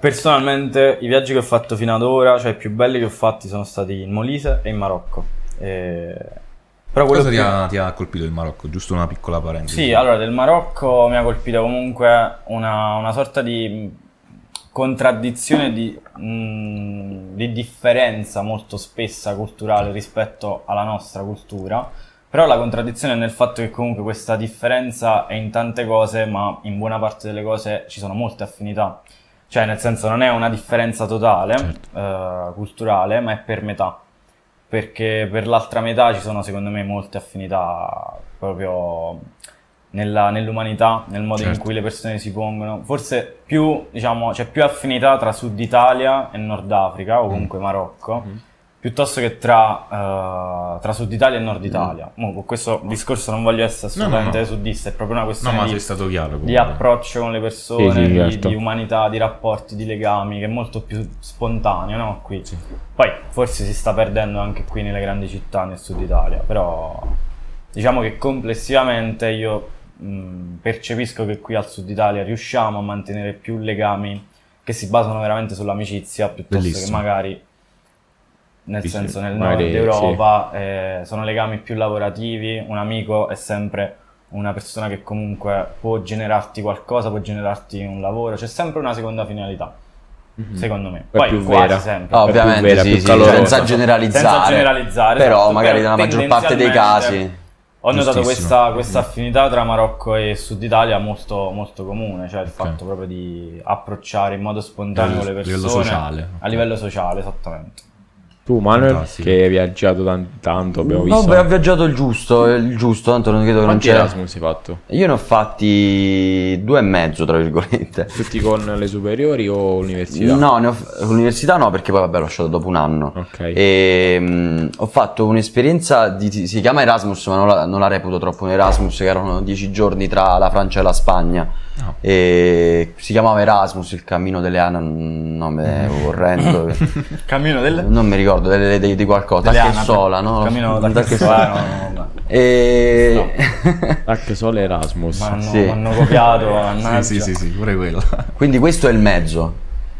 Speaker 4: personalmente i viaggi che ho fatto fino ad ora, cioè i più belli che ho fatti sono stati in Molise e in Marocco. Eh, Però quello
Speaker 1: Cosa ti
Speaker 4: più-
Speaker 1: ha, ti ha colpito il Marocco? Giusto una piccola parentesi.
Speaker 4: Sì, allora del Marocco mi ha colpito comunque una, una sorta di mh, contraddizione di, mh, di differenza molto spessa culturale rispetto alla nostra cultura. Però la contraddizione è nel fatto che comunque questa differenza è in tante cose, ma in buona parte delle cose ci sono molte affinità. Cioè, nel senso, non è una differenza totale,
Speaker 1: Certo.
Speaker 4: eh, culturale, ma è per metà. Perché per l'altra metà ci sono, secondo me, molte affinità proprio nella- nell'umanità, nel modo in
Speaker 1: Certo.
Speaker 4: cui le persone si pongono. Forse più, diciamo, c'è più affinità tra Sud Italia e Nord Africa, o
Speaker 1: Mm.
Speaker 4: comunque Marocco, piuttosto che tra, eh, tra Sud Italia e Nord Italia. Mo, con questo discorso non voglio essere
Speaker 1: Mm. No, no,
Speaker 4: assolutamente
Speaker 1: no.
Speaker 4: sudista, è proprio una
Speaker 1: No,
Speaker 4: questione
Speaker 1: ma
Speaker 4: di
Speaker 1: sei stato chiaro.
Speaker 4: di
Speaker 1: comunque.
Speaker 4: approccio con le persone,
Speaker 2: Sì, sì,
Speaker 4: di-
Speaker 2: certo.
Speaker 4: di, umanità, di rapporti, di legami, che è molto più spontaneo, no? Qui. Poi forse si sta perdendo anche qui nelle grandi città nel sud Italia, però diciamo che complessivamente io mh, percepisco che qui al sud Italia riusciamo a mantenere più legami che si basano veramente sull'amicizia piuttosto che
Speaker 1: Bellissimo.
Speaker 4: magari nel
Speaker 1: Dici,
Speaker 4: senso nel nord
Speaker 2: magari,
Speaker 4: Europa eh, sono legami più lavorativi, un amico è sempre una persona che comunque può generarti qualcosa, può generarti un lavoro, c'è sempre una seconda finalità, secondo me.
Speaker 2: Poi
Speaker 4: Poi
Speaker 2: più
Speaker 4: quasi
Speaker 2: vera.
Speaker 4: sempre.
Speaker 3: Ah,
Speaker 2: più
Speaker 3: ovviamente
Speaker 2: vera,
Speaker 3: sì,
Speaker 2: più
Speaker 3: sì,
Speaker 2: calorosa.
Speaker 3: senza generalizzare,
Speaker 4: Senza generalizzare,
Speaker 3: però
Speaker 4: esatto,
Speaker 3: magari
Speaker 4: però
Speaker 3: nella maggior parte dei
Speaker 4: tendenzialmente-
Speaker 3: casi
Speaker 4: Ho notato
Speaker 1: Giustissimo.
Speaker 4: questa, questa affinità tra Marocco e Sud Italia molto, molto comune, cioè il fatto proprio di approcciare in modo
Speaker 1: A
Speaker 4: spontaneo
Speaker 1: livello,
Speaker 4: le
Speaker 1: a
Speaker 4: persone
Speaker 1: livello sociale.
Speaker 4: a livello sociale, esattamente.
Speaker 2: Tu, Manuel,
Speaker 1: No, sì.
Speaker 2: che hai viaggiato tan- tanto, abbiamo
Speaker 3: no,
Speaker 2: visto.
Speaker 3: beh, ho viaggiato il giusto, il giusto, tanto non credo che non
Speaker 2: Quanti
Speaker 3: c'era.
Speaker 2: Erasmus hai fatto?
Speaker 3: Io ne ho fatti due e mezzo, tra virgolette.
Speaker 2: Tutti con le superiori o università?
Speaker 3: No, ne ho, l'università no, perché poi vabbè, l'ho lasciato dopo un anno.
Speaker 2: Ok.
Speaker 3: E, mm, ho fatto un'esperienza, di, si chiama Erasmus, ma non la, non la reputo troppo un Erasmus, che erano dieci giorni tra la Francia e la Spagna.
Speaker 4: Ah.
Speaker 1: No.
Speaker 3: E si chiamava Erasmus, il cammino delle Ana, un nome orrendo.
Speaker 4: Cammino del...
Speaker 3: non mi ricordo, delle- delle- di, di qualcosa,
Speaker 4: delle
Speaker 3: da che
Speaker 4: anape.
Speaker 3: sola, no?
Speaker 4: Cammino da
Speaker 3: Da
Speaker 4: che
Speaker 3: che
Speaker 4: sola,
Speaker 3: sola.
Speaker 4: no, no, no.
Speaker 3: E...
Speaker 2: Tac solo Erasmus.
Speaker 4: Ma hanno,
Speaker 3: Sì.
Speaker 4: hanno copiato, mannaggia.
Speaker 1: Eh, Sì, sì, sì, sì, pure quello.
Speaker 3: Quindi questo è il mezzo.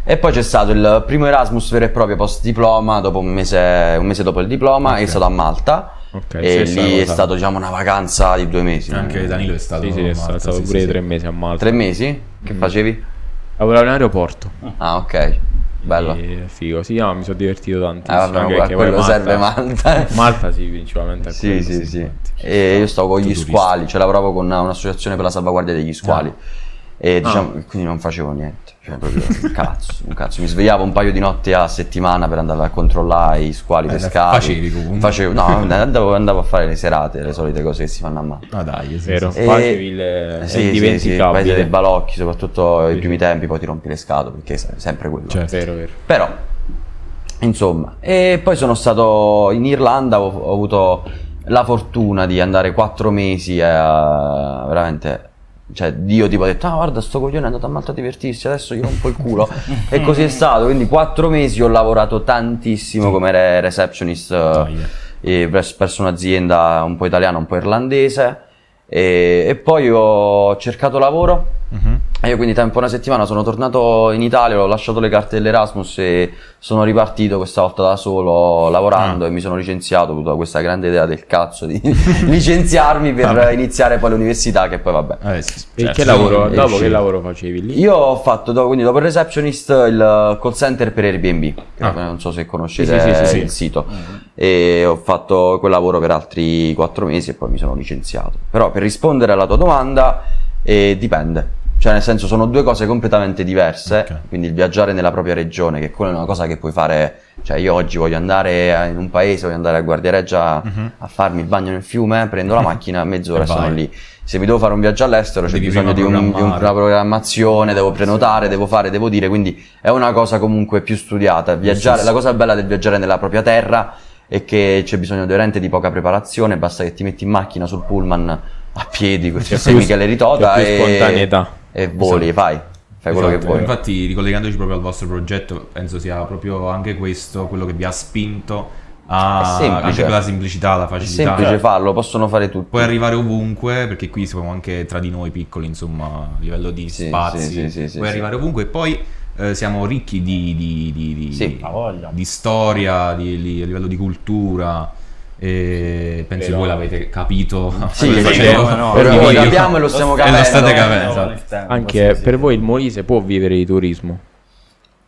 Speaker 3: E poi c'è stato il primo Erasmus vero e proprio post diploma, dopo un mese, un mese dopo il diploma, è stato a Malta.
Speaker 2: Ok,
Speaker 3: e
Speaker 2: stessa
Speaker 3: lì è
Speaker 2: cosa.
Speaker 3: stata diciamo una vacanza di due mesi.
Speaker 1: Anche Danilo è stato...
Speaker 2: Sì, sì, è
Speaker 1: Marta,
Speaker 2: stato
Speaker 1: sì,
Speaker 2: pure
Speaker 1: sì, Eh,
Speaker 2: tre
Speaker 1: sì.
Speaker 2: mesi a Malta.
Speaker 3: Tre mesi?
Speaker 2: Mm.
Speaker 3: Che facevi?
Speaker 2: Lavoravo in aeroporto.
Speaker 3: Ah, ok. Bello. Eh,
Speaker 2: Mm. E figo. Sì, no, mi sono divertito tantissimo.
Speaker 3: vabbè,
Speaker 2: anche
Speaker 3: ma a
Speaker 2: perché poi
Speaker 3: quello
Speaker 2: Malta-
Speaker 3: serve Malta.
Speaker 2: Malta sì, principalmente a
Speaker 3: Sì,
Speaker 2: quello,
Speaker 3: sì, sì. Eh,
Speaker 2: infatti.
Speaker 3: E io stavo con gli
Speaker 1: Tutto
Speaker 3: squali, cioè lavoravo con una- un'associazione per la salvaguardia degli squali.
Speaker 2: Ah.
Speaker 3: E diciamo, quindi non facevo niente, cioè proprio un cazzo, un cazzo. Mi svegliavo un paio di notti a settimana per andare a controllare i squali
Speaker 1: Eh,
Speaker 3: pescati.
Speaker 1: facevi comunque.
Speaker 3: Facevo, no, andavo, andavo a fare le serate, le solite cose che si fanno a mano.
Speaker 1: Ah dai, sì,
Speaker 2: Vero,
Speaker 1: sì,
Speaker 3: E-
Speaker 2: facevi il
Speaker 3: Esatto. Eh,
Speaker 2: è
Speaker 3: Sì, sì, sì, il paese
Speaker 2: indimenticabile.
Speaker 3: dei balocchi, soprattutto i
Speaker 2: Sì.
Speaker 3: primi tempi, poi ti rompi le scatole perché è sempre quello.
Speaker 1: Certo.
Speaker 2: Vero, vero.
Speaker 3: Però, insomma, e poi sono stato in Irlanda, ho, ho avuto la fortuna di andare quattro mesi e eh, veramente... Cioè, Dio tipo ha detto, ah guarda sto coglione è andato a Malta a divertirsi, adesso gli rompo il culo. e così è stato, quindi quattro mesi ho lavorato tantissimo come re- receptionist eh,
Speaker 1: Dai, eh.
Speaker 3: e pres- presso un'azienda un po' italiana, un po' irlandese. E, e poi ho cercato lavoro.
Speaker 1: Mhm.
Speaker 3: E io quindi tempo una settimana sono tornato in Italia, ho lasciato le carte dell'Erasmus e sono ripartito questa volta da solo lavorando
Speaker 1: Ah.
Speaker 3: e mi sono licenziato, ho avuto questa grande idea del cazzo di licenziarmi per
Speaker 1: Vabbè.
Speaker 3: iniziare poi l'università che poi vabbè.
Speaker 1: Eh, sì,
Speaker 2: E
Speaker 1: certo.
Speaker 2: Cioè, che lavoro,
Speaker 3: sì,
Speaker 2: dopo
Speaker 3: sì.
Speaker 2: che lavoro facevi lì?
Speaker 3: Io ho fatto do- quindi dopo il receptionist il call center per Airbnb, che
Speaker 1: Ah.
Speaker 3: non so se conoscete
Speaker 2: Sì, sì, sì, Mm-hmm. sì, sì.
Speaker 3: il sito, e ho fatto quel lavoro per altri quattro mesi e poi mi sono licenziato. Però per rispondere alla tua domanda, eh, dipende. Cioè, nel senso, sono due cose completamente diverse.
Speaker 1: Ok.
Speaker 3: Quindi il viaggiare nella propria regione, che quella è una cosa che puoi fare. Cioè, io oggi voglio andare a- in un paese, voglio andare a Guardiareggia
Speaker 1: Mhm.
Speaker 3: a farmi il bagno nel fiume, prendo la macchina, mezz'ora
Speaker 1: E
Speaker 3: sono
Speaker 1: vai.
Speaker 3: lì. se mi devo fare un viaggio all'estero c'è
Speaker 1: Devi
Speaker 3: bisogno di,
Speaker 1: prima
Speaker 3: un- di un-
Speaker 1: programmare.
Speaker 3: una programmazione, devo prenotare, devo fare, devo dire, quindi è una cosa comunque più studiata. Viaggiare, la cosa bella del viaggiare nella propria terra è che c'è bisogno veramente di poca preparazione, basta che ti metti in macchina sul pullman a piedi,
Speaker 2: C'è
Speaker 3: questi
Speaker 2: più-
Speaker 3: semi che le ritota
Speaker 2: c'è Cioè, più
Speaker 3: e,
Speaker 2: spontaneità.
Speaker 3: e voli, fai, fai quello che
Speaker 1: Esatto,
Speaker 3: vuoi.
Speaker 1: Infatti, ricollegandoci proprio al vostro progetto, penso sia proprio anche questo quello che vi ha spinto a
Speaker 3: È semplice.
Speaker 1: anche per la semplicità, la
Speaker 3: È
Speaker 1: facilità. Cioè,
Speaker 3: semplice farlo, possono fare tutti.
Speaker 1: Puoi arrivare ovunque, perché qui siamo anche tra di noi piccoli, insomma, a livello di
Speaker 3: Sì,
Speaker 1: spazi.
Speaker 3: sì, sì, sì, sì,
Speaker 1: Puoi
Speaker 3: sì.
Speaker 1: arrivare ovunque e poi eh, siamo ricchi di, di- di- di-
Speaker 3: Sì,
Speaker 4: ha voglia.
Speaker 1: di storia, di, di- a livello di cultura. e penso
Speaker 2: Però-
Speaker 1: che voi l'avete capito.
Speaker 3: Sì, sì,
Speaker 1: Facendo-
Speaker 4: come no.
Speaker 1: facendo
Speaker 3: Perché lo
Speaker 1: video.
Speaker 3: capiamo e lo stiamo
Speaker 1: E lo
Speaker 3: capendo.
Speaker 1: state capendo.
Speaker 4: No,
Speaker 1: esatto.
Speaker 4: nel
Speaker 3: Eh,
Speaker 4: tempo,
Speaker 2: Anche
Speaker 4: sì, sì.
Speaker 2: per voi il Molise può vivere di turismo?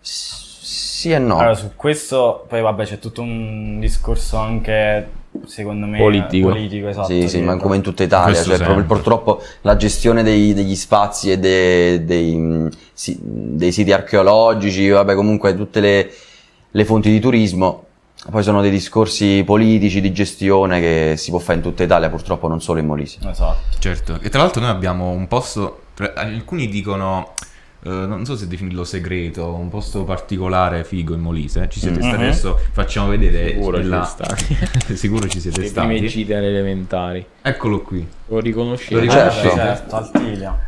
Speaker 3: Sì e no.
Speaker 4: Allora, su questo, poi vabbè, c'è tutto un discorso anche, secondo me,
Speaker 2: Politico.
Speaker 4: politico, esatto.
Speaker 3: Sì, sì, ma
Speaker 4: dietro.
Speaker 3: come in tutta Italia,
Speaker 1: Questo
Speaker 3: cioè, proprio-
Speaker 1: sempre.
Speaker 3: purtroppo la gestione dei- degli spazi e de- dei, mh, si- dei siti archeologici, vabbè, comunque tutte le, le fonti di turismo, poi sono dei discorsi politici di gestione che si può fare in tutta Italia, purtroppo non solo in Molise.
Speaker 4: Esatto.
Speaker 1: Certo, e tra l'altro noi abbiamo un posto, tra- alcuni dicono, eh, non so se definirlo segreto, un posto particolare figo in Molise, ci siete
Speaker 3: Mm.
Speaker 1: stati
Speaker 4: Mhm.
Speaker 1: adesso, facciamo vedere,
Speaker 2: Sicuro ci
Speaker 1: nella-
Speaker 2: siete stati.
Speaker 1: sicuro Eh, ci siete
Speaker 2: Le prime
Speaker 1: stati,
Speaker 2: gite alle elementari.
Speaker 1: eccolo qui,
Speaker 2: Lo riconosci? Ah,
Speaker 1: Lo
Speaker 4: Eh,
Speaker 3: Certo.
Speaker 4: vabbè, certo, Altilia.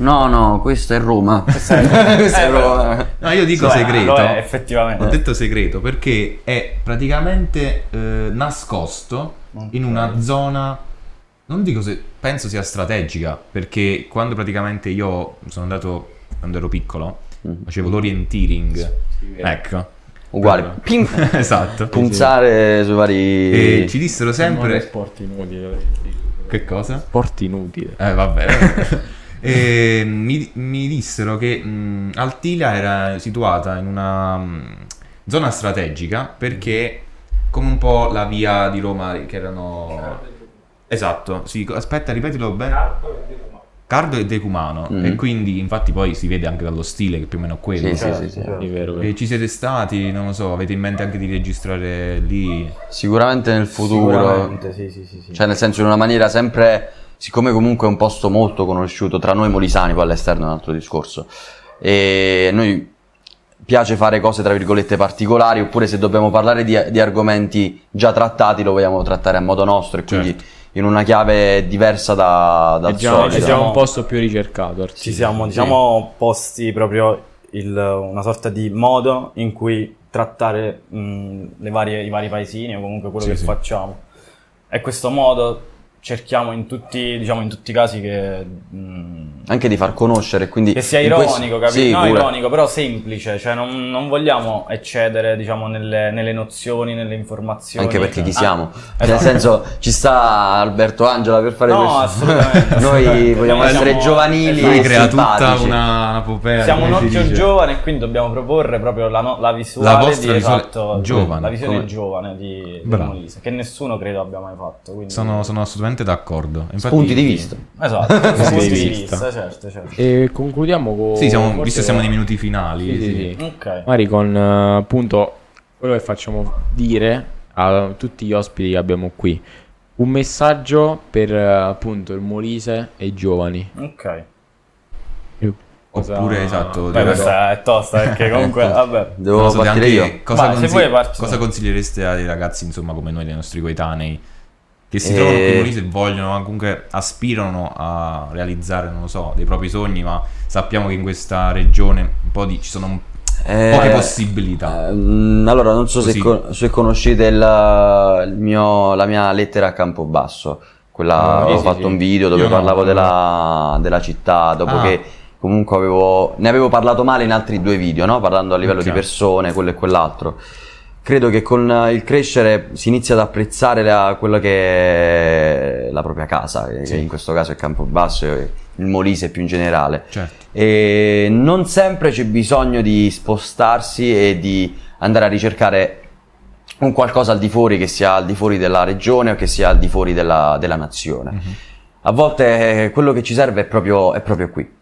Speaker 3: No, no, questa è Roma. questa è Roma.
Speaker 1: no Eh, io dico
Speaker 4: Eh, Lo è,
Speaker 1: segreto,
Speaker 4: lo è,
Speaker 1: ho
Speaker 4: effettivamente.
Speaker 1: detto segreto perché è praticamente eh, nascosto
Speaker 4: Ok.
Speaker 1: in una zona, non dico se, penso sia strategica, perché quando praticamente io sono andato, quando ero piccolo,
Speaker 3: Mhm.
Speaker 1: facevo l'orienteering, ecco.
Speaker 3: Uguale.
Speaker 1: Proprio.
Speaker 3: Pim,
Speaker 1: esatto.
Speaker 3: punzare su vari...
Speaker 1: E ci dissero sempre
Speaker 2: Sport inutile.
Speaker 1: che cosa?
Speaker 2: Sport inutile.
Speaker 1: Eh, vabbè. E mi, mi dissero che mh, Altila era situata in una mh, zona strategica perché come un po' la via di Roma che erano Esatto, sì, co- aspetta, ripetilo bene. Cardo e Decumano
Speaker 3: Mm.
Speaker 1: e quindi infatti poi si vede anche dallo stile che più o meno è quello.
Speaker 3: Sì, sì, sì, sì.
Speaker 2: È vero, vero.
Speaker 1: E ci siete stati, non lo so, avete in mente anche di registrare lì?
Speaker 3: Sicuramente nel futuro,
Speaker 4: Sicuramente, sì, sì, sì, sì.
Speaker 3: cioè nel senso in una maniera sempre siccome comunque è un posto molto conosciuto tra noi molisani poi all'esterno è un altro discorso e a noi piace fare cose tra virgolette particolari oppure se dobbiamo parlare di, di argomenti già trattati lo vogliamo trattare a modo nostro e quindi
Speaker 4: Certo.
Speaker 3: in una chiave diversa da,
Speaker 2: È
Speaker 3: dal
Speaker 2: già,
Speaker 3: solito
Speaker 2: è già
Speaker 4: diciamo-
Speaker 2: un posto più ricercato. Arsi.
Speaker 4: Ci siamo, diciamo, posti proprio il- una sorta di modo in cui trattare mh, le varie- i vari paesini o comunque quello
Speaker 1: Sì,
Speaker 4: che
Speaker 1: sì.
Speaker 4: facciamo. E questo modo cerchiamo in tutti, diciamo, in tutti i casi che... mh,
Speaker 3: anche di far conoscere quindi
Speaker 4: che sia
Speaker 3: in questo-
Speaker 4: ironico, capito?
Speaker 3: sì,
Speaker 4: no,
Speaker 3: pure.
Speaker 4: ironico, però semplice, cioè non, non vogliamo eccedere, diciamo, nelle, nelle nozioni, nelle informazioni.
Speaker 3: anche perché chi
Speaker 4: Ah,
Speaker 3: siamo nel
Speaker 4: esatto.
Speaker 3: senso ci sta Alberto Angela per fare
Speaker 4: No,
Speaker 3: questo
Speaker 4: assolutamente,
Speaker 3: noi
Speaker 4: assolutamente.
Speaker 3: vogliamo
Speaker 4: Noi
Speaker 3: essere
Speaker 4: siamo-
Speaker 3: giovanili
Speaker 4: esatto.
Speaker 3: e
Speaker 1: Lui crea tutta
Speaker 3: simpatici.
Speaker 1: una popea.
Speaker 4: Siamo un
Speaker 1: Eh, come si
Speaker 4: occhio
Speaker 1: dice.
Speaker 4: giovane e quindi dobbiamo proporre proprio la, no- la visuale
Speaker 1: La vostra
Speaker 4: di,
Speaker 1: visuale
Speaker 4: esatto,
Speaker 1: giovane,
Speaker 4: la visione
Speaker 1: come-
Speaker 4: giovane di, di
Speaker 1: Bravo.
Speaker 4: Molise, che nessuno credo abbia mai fatto. Quindi...
Speaker 1: Sono, sono assolutamente d'accordo. Infatti,
Speaker 3: punti di vista
Speaker 4: Esatto, dal punto di
Speaker 2: Esiste.
Speaker 4: vista, certo, certo.
Speaker 2: E concludiamo con...
Speaker 1: Sì, siamo-
Speaker 2: forse
Speaker 1: visto che siamo
Speaker 2: con-
Speaker 1: nei minuti finali.
Speaker 2: Sì, sì, sì.
Speaker 4: Ok.
Speaker 2: Magari con eh, appunto quello che facciamo dire a tutti gli ospiti che abbiamo qui. Un messaggio per eh, appunto il Molise e i giovani.
Speaker 4: Ok.
Speaker 2: Cosa-
Speaker 1: Oppure, esatto,
Speaker 4: Beh,
Speaker 1: dire-
Speaker 4: questa è tosta perché comunque,
Speaker 1: Ecco.
Speaker 4: vabbè.
Speaker 3: Devo
Speaker 1: non so,
Speaker 3: partire
Speaker 1: anche
Speaker 3: io.
Speaker 1: Cosa,
Speaker 4: Vai, se
Speaker 1: consigli-
Speaker 4: vuoi parti tu.
Speaker 1: cosa consigliereste ai ragazzi, insomma, come noi, dei nostri coetanei, che si
Speaker 3: Eh.
Speaker 1: trovano qui in Molise e vogliono, ma comunque aspirano a realizzare, non lo so, dei propri sogni, ma sappiamo che in questa regione un po' di, ci sono un-
Speaker 3: Eh,
Speaker 1: poche possibilità.
Speaker 3: ehm, allora, non so se,
Speaker 1: Così.
Speaker 3: con- se conoscete il- il mio- la mia lettera a Campobasso. Quella
Speaker 1: Ah, sì,
Speaker 3: ho
Speaker 1: sì,
Speaker 3: fatto
Speaker 1: sì.
Speaker 3: un video dove
Speaker 1: Io no,
Speaker 3: parlavo
Speaker 1: no.
Speaker 3: della, della città, dopo
Speaker 1: Ah.
Speaker 3: che comunque avevo, ne avevo parlato male in altri due video, no? parlando a livello di
Speaker 1: Ok.
Speaker 3: persone, quello e quell'altro. Credo che con eh, il crescere si inizia ad apprezzare la- quella che è la propria casa, che in questo caso è Campobasso e il Molise più in generale.
Speaker 1: Certo.
Speaker 3: E non sempre c'è bisogno di spostarsi e di andare a ricercare un qualcosa al di fuori, che sia al di fuori della regione o che sia al di fuori della, della nazione.
Speaker 1: Mhm.
Speaker 3: A volte eh, quello che ci serve è proprio, è proprio qui.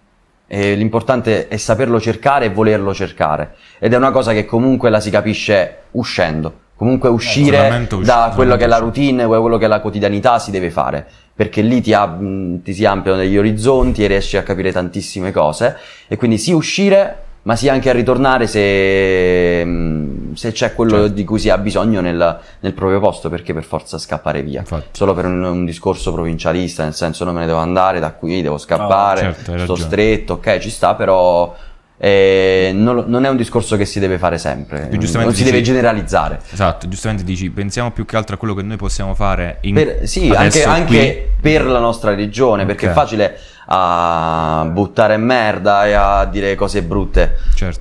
Speaker 3: E l'importante è saperlo cercare e volerlo cercare. Ed è una cosa che comunque la si capisce uscendo. Comunque uscire
Speaker 1: sicuramente usci-
Speaker 3: da quello che è la
Speaker 1: sicuramente
Speaker 3: routine, da quello che è la quotidianità si deve fare, perché lì ti, ab- mh, ti si ampliano degli orizzonti e riesci a capire tantissime cose e quindi sì uscire, ma sì anche a ritornare se, mh, se c'è quello
Speaker 1: Certo.
Speaker 3: di cui si ha bisogno nel, nel proprio posto, perché per forza scappare via.
Speaker 1: Infatti.
Speaker 3: Solo per un, un discorso provincialista, nel senso non me ne devo andare da qui, devo scappare,
Speaker 1: No, certo, hai
Speaker 3: sto
Speaker 1: ragione.
Speaker 3: stretto, ok ci sta, però... eh, non, lo- non è un discorso che si deve fare sempre,
Speaker 1: Più
Speaker 3: non
Speaker 1: giustamente
Speaker 3: si
Speaker 1: dici-
Speaker 3: deve generalizzare.
Speaker 1: Esatto, giustamente dici, pensiamo più che altro a quello che noi possiamo fare in
Speaker 3: Per- sì, anche,
Speaker 1: adesso qui.
Speaker 3: anche per la nostra regione, perché
Speaker 1: Ok.
Speaker 3: è facile a buttare merda e a dire cose brutte,
Speaker 1: Certo.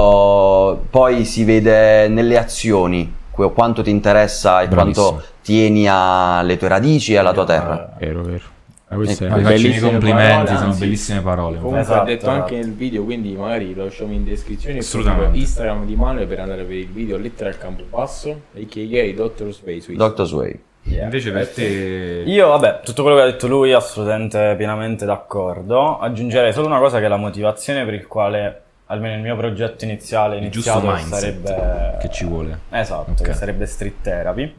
Speaker 3: però poi si vede nelle azioni que- quanto ti interessa e
Speaker 1: Bravissimo.
Speaker 3: quanto tieni alle tue radici e alla tua terra.
Speaker 2: Vero, vero. Eh, Ma queste
Speaker 3: Ecco,
Speaker 1: Eh, Ah,
Speaker 2: sono
Speaker 1: vi faccio i miei
Speaker 2: bellissime
Speaker 1: complimenti,
Speaker 2: parole,
Speaker 1: sono
Speaker 2: anzi,
Speaker 1: bellissime parole.
Speaker 2: Comunque
Speaker 4: Esatto,
Speaker 2: ho detto
Speaker 4: esatto.
Speaker 2: anche nel video, quindi magari lo lasciamo in descrizione.
Speaker 1: Assolutamente.
Speaker 2: proprio Instagram di Manuel per andare a vedere il video lettera al campo basso, a.k.a. Dr. Space Suisse.
Speaker 3: Dr. Sway.
Speaker 1: Invece
Speaker 3: Eh,
Speaker 1: per te...
Speaker 4: Io, vabbè, tutto quello che ha detto lui assolutamente pienamente d'accordo. Aggiungerei solo una cosa che è la motivazione per il quale, almeno il mio progetto iniziale,
Speaker 1: il giusto
Speaker 4: iniziato
Speaker 1: mindset
Speaker 4: sarebbe...
Speaker 1: che ci vuole.
Speaker 4: Esatto,
Speaker 1: Ok.
Speaker 4: che sarebbe street therapy.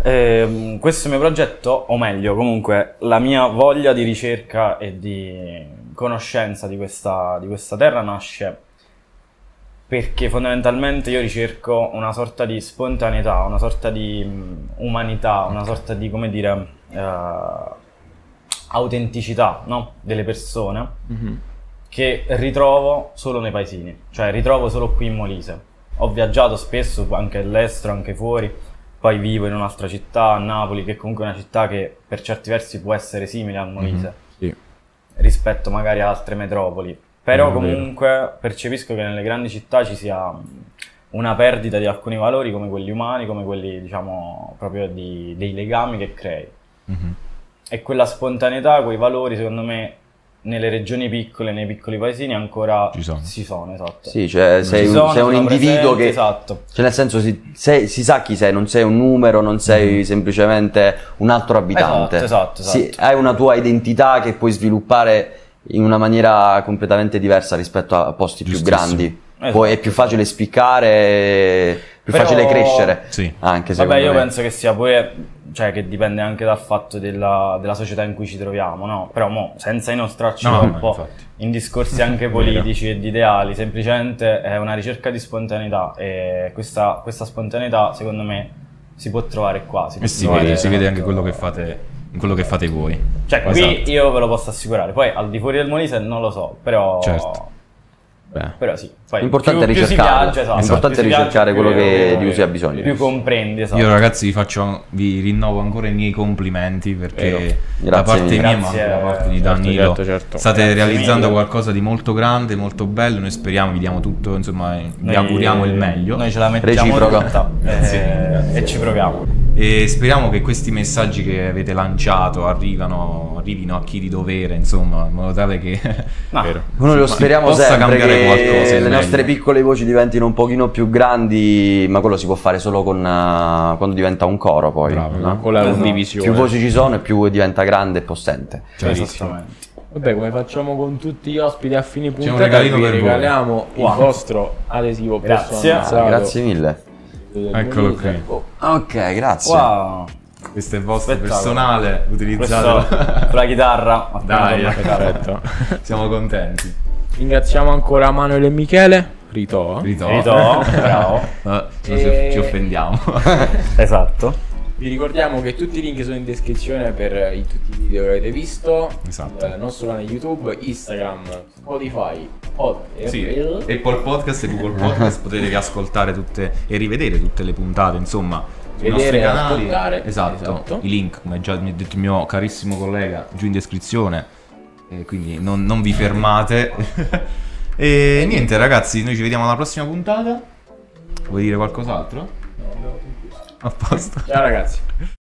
Speaker 4: Ehm, questo mio progetto, o meglio, comunque la mia voglia di ricerca e di conoscenza di questa, di questa terra nasce perché fondamentalmente io ricerco una sorta di spontaneità, una sorta di mh, umanità, una sorta di, come dire, eh, autenticità no? delle persone
Speaker 2: Mhm.
Speaker 4: che ritrovo solo nei paesini, cioè ritrovo solo qui in Molise. Ho viaggiato spesso anche all'estero, anche fuori, poi vivo in un'altra città, a Napoli, che comunque è una città che per certi versi può essere simile al Molise
Speaker 2: Mhm, Sì.
Speaker 4: rispetto magari ad altre metropoli. Però
Speaker 2: Mm, vero.
Speaker 4: comunque percepisco che nelle grandi città ci sia mh, una perdita di alcuni valori come quelli umani, come quelli diciamo proprio di- dei legami che crei.
Speaker 1: Mhm.
Speaker 4: E quella spontaneità, quei valori, secondo me, nelle regioni piccole, nei piccoli paesini ancora
Speaker 1: Ci sono.
Speaker 4: si sono, esatto.
Speaker 3: Sì, cioè sei
Speaker 4: Ci
Speaker 3: un,
Speaker 4: sono,
Speaker 3: sei un
Speaker 4: sono
Speaker 3: individuo
Speaker 4: presenti,
Speaker 3: che...
Speaker 4: Esatto.
Speaker 3: Cioè nel senso si, sei- si sa chi sei, non sei un numero, non sei semplicemente un altro abitante.
Speaker 4: Mm-hmm. Esatto, esatto,
Speaker 3: Sì,
Speaker 4: esatto.
Speaker 3: hai una tua identità che puoi sviluppare in una maniera completamente diversa rispetto a posti più
Speaker 1: Giustissimo.
Speaker 3: grandi.
Speaker 4: Esatto.
Speaker 3: Poi è più facile spiccare, più
Speaker 4: Però-
Speaker 3: facile crescere.
Speaker 1: Sì.
Speaker 3: Anche se
Speaker 4: Vabbè, io penso che sia pure, cioè che dipende anche dal fatto della, della società in cui ci troviamo, no? Però mo, senza inoltrarci
Speaker 1: No, no,
Speaker 4: troppo
Speaker 1: infatti.
Speaker 4: in discorsi anche politici e di ideali, semplicemente è una ricerca di spontaneità e questa, questa spontaneità secondo me si può trovare qua.
Speaker 1: E Eh, si,
Speaker 4: può
Speaker 3: eh,
Speaker 1: vede,
Speaker 4: trovare
Speaker 1: si vede anche
Speaker 4: tanto-
Speaker 1: quello che fate, in quello che fate voi.
Speaker 4: Cioè,
Speaker 1: Esatto.
Speaker 4: qui io ve lo posso assicurare, poi al di fuori del Molise non lo so, però...
Speaker 1: Certo.
Speaker 2: Beh.
Speaker 4: Però sì, poi
Speaker 3: L'importante
Speaker 4: più-
Speaker 3: è
Speaker 4: più si
Speaker 3: ricercarlo.
Speaker 4: viaggia, esatto,
Speaker 3: L'importante è
Speaker 4: più si viaggia,
Speaker 3: ricercare quello che- di cui si ha bisogno.
Speaker 4: Più comprendi, esatto.
Speaker 1: Io ragazzi vi, faccio, vi rinnovo ancora i miei complimenti perché
Speaker 2: Vero.
Speaker 1: da
Speaker 3: Grazie
Speaker 1: parte
Speaker 3: mille.
Speaker 1: mia ma
Speaker 4: Grazie,
Speaker 1: anche da parte di
Speaker 2: certo,
Speaker 1: Danilo
Speaker 2: certo, certo.
Speaker 1: state
Speaker 4: Grazie
Speaker 1: realizzando
Speaker 4: mille.
Speaker 1: qualcosa di molto grande, molto bello, noi speriamo, vi diamo tutto, insomma eh, vi
Speaker 4: Noi-
Speaker 1: auguriamo il meglio.
Speaker 4: Noi ce la mettiamo
Speaker 3: Reciproco.
Speaker 4: tutta, eh,
Speaker 1: Grazie, grazie.
Speaker 4: e ci proviamo.
Speaker 1: E speriamo che questi messaggi che avete lanciato arrivano, arrivino a chi di dovere, insomma, in modo tale che
Speaker 4: No.
Speaker 3: Noi lo
Speaker 1: insomma,
Speaker 3: speriamo
Speaker 1: possa
Speaker 3: sempre
Speaker 1: cambiare
Speaker 3: che
Speaker 1: qualcosa in
Speaker 3: le nostre
Speaker 1: meglio.
Speaker 3: piccole voci diventino un pochino più grandi, ma quello si può fare solo con, eh, quando diventa un coro poi.
Speaker 1: Bravo.
Speaker 3: no?
Speaker 2: Con la
Speaker 4: Esatto.
Speaker 2: condivisione.
Speaker 3: Più voci ci sono e più diventa grande e possente.
Speaker 4: Esattamente.
Speaker 2: Vabbè, come facciamo con tutti gli ospiti a fine
Speaker 1: un
Speaker 2: puntata,
Speaker 1: regalino
Speaker 2: vi
Speaker 1: per voi.
Speaker 2: regaliamo
Speaker 4: Wow.
Speaker 2: il vostro adesivo
Speaker 4: Grazie.
Speaker 2: personalizzato.
Speaker 3: Grazie mille.
Speaker 2: del
Speaker 1: Eccolo
Speaker 2: Molise.
Speaker 1: qui.
Speaker 3: Ok, grazie.
Speaker 4: Wow,
Speaker 1: Questo è vostro
Speaker 4: Spettacolo.
Speaker 1: personale,
Speaker 4: questo
Speaker 1: utilizzatelo.
Speaker 4: con la chitarra. appena
Speaker 1: Dai,
Speaker 4: torno a casa.
Speaker 2: Perfetto.
Speaker 1: Siamo contenti.
Speaker 2: Ringraziamo ancora Manuel e Michele. Rito.
Speaker 1: Rito.
Speaker 4: Rito, bravo.
Speaker 1: Eh, ci-
Speaker 2: E-
Speaker 1: Ci offendiamo.
Speaker 4: Esatto.
Speaker 2: Vi ricordiamo che tutti i link sono in descrizione per eh, i- tutti i video che avete visto.
Speaker 1: Esatto.
Speaker 2: Eh, non solo canale YouTube, Instagram, Spotify, Pod e
Speaker 1: Sì, Apple Podcast e Google Podcast potete riascoltare tutte e rivedere tutte le puntate, insomma, sui
Speaker 2: Vedere
Speaker 1: nostri
Speaker 2: e
Speaker 1: canali.
Speaker 2: ascoltare.
Speaker 1: Esatto.
Speaker 2: Esatto.
Speaker 1: i link, come già mi ha detto il mio carissimo collega, giù in descrizione. Eh, quindi non, non vi fermate.
Speaker 2: Eh,
Speaker 1: e niente ragazzi, noi ci vediamo alla prossima puntata. Vuoi dire qualcos'altro? No, A posto.
Speaker 2: Ciao ragazzi.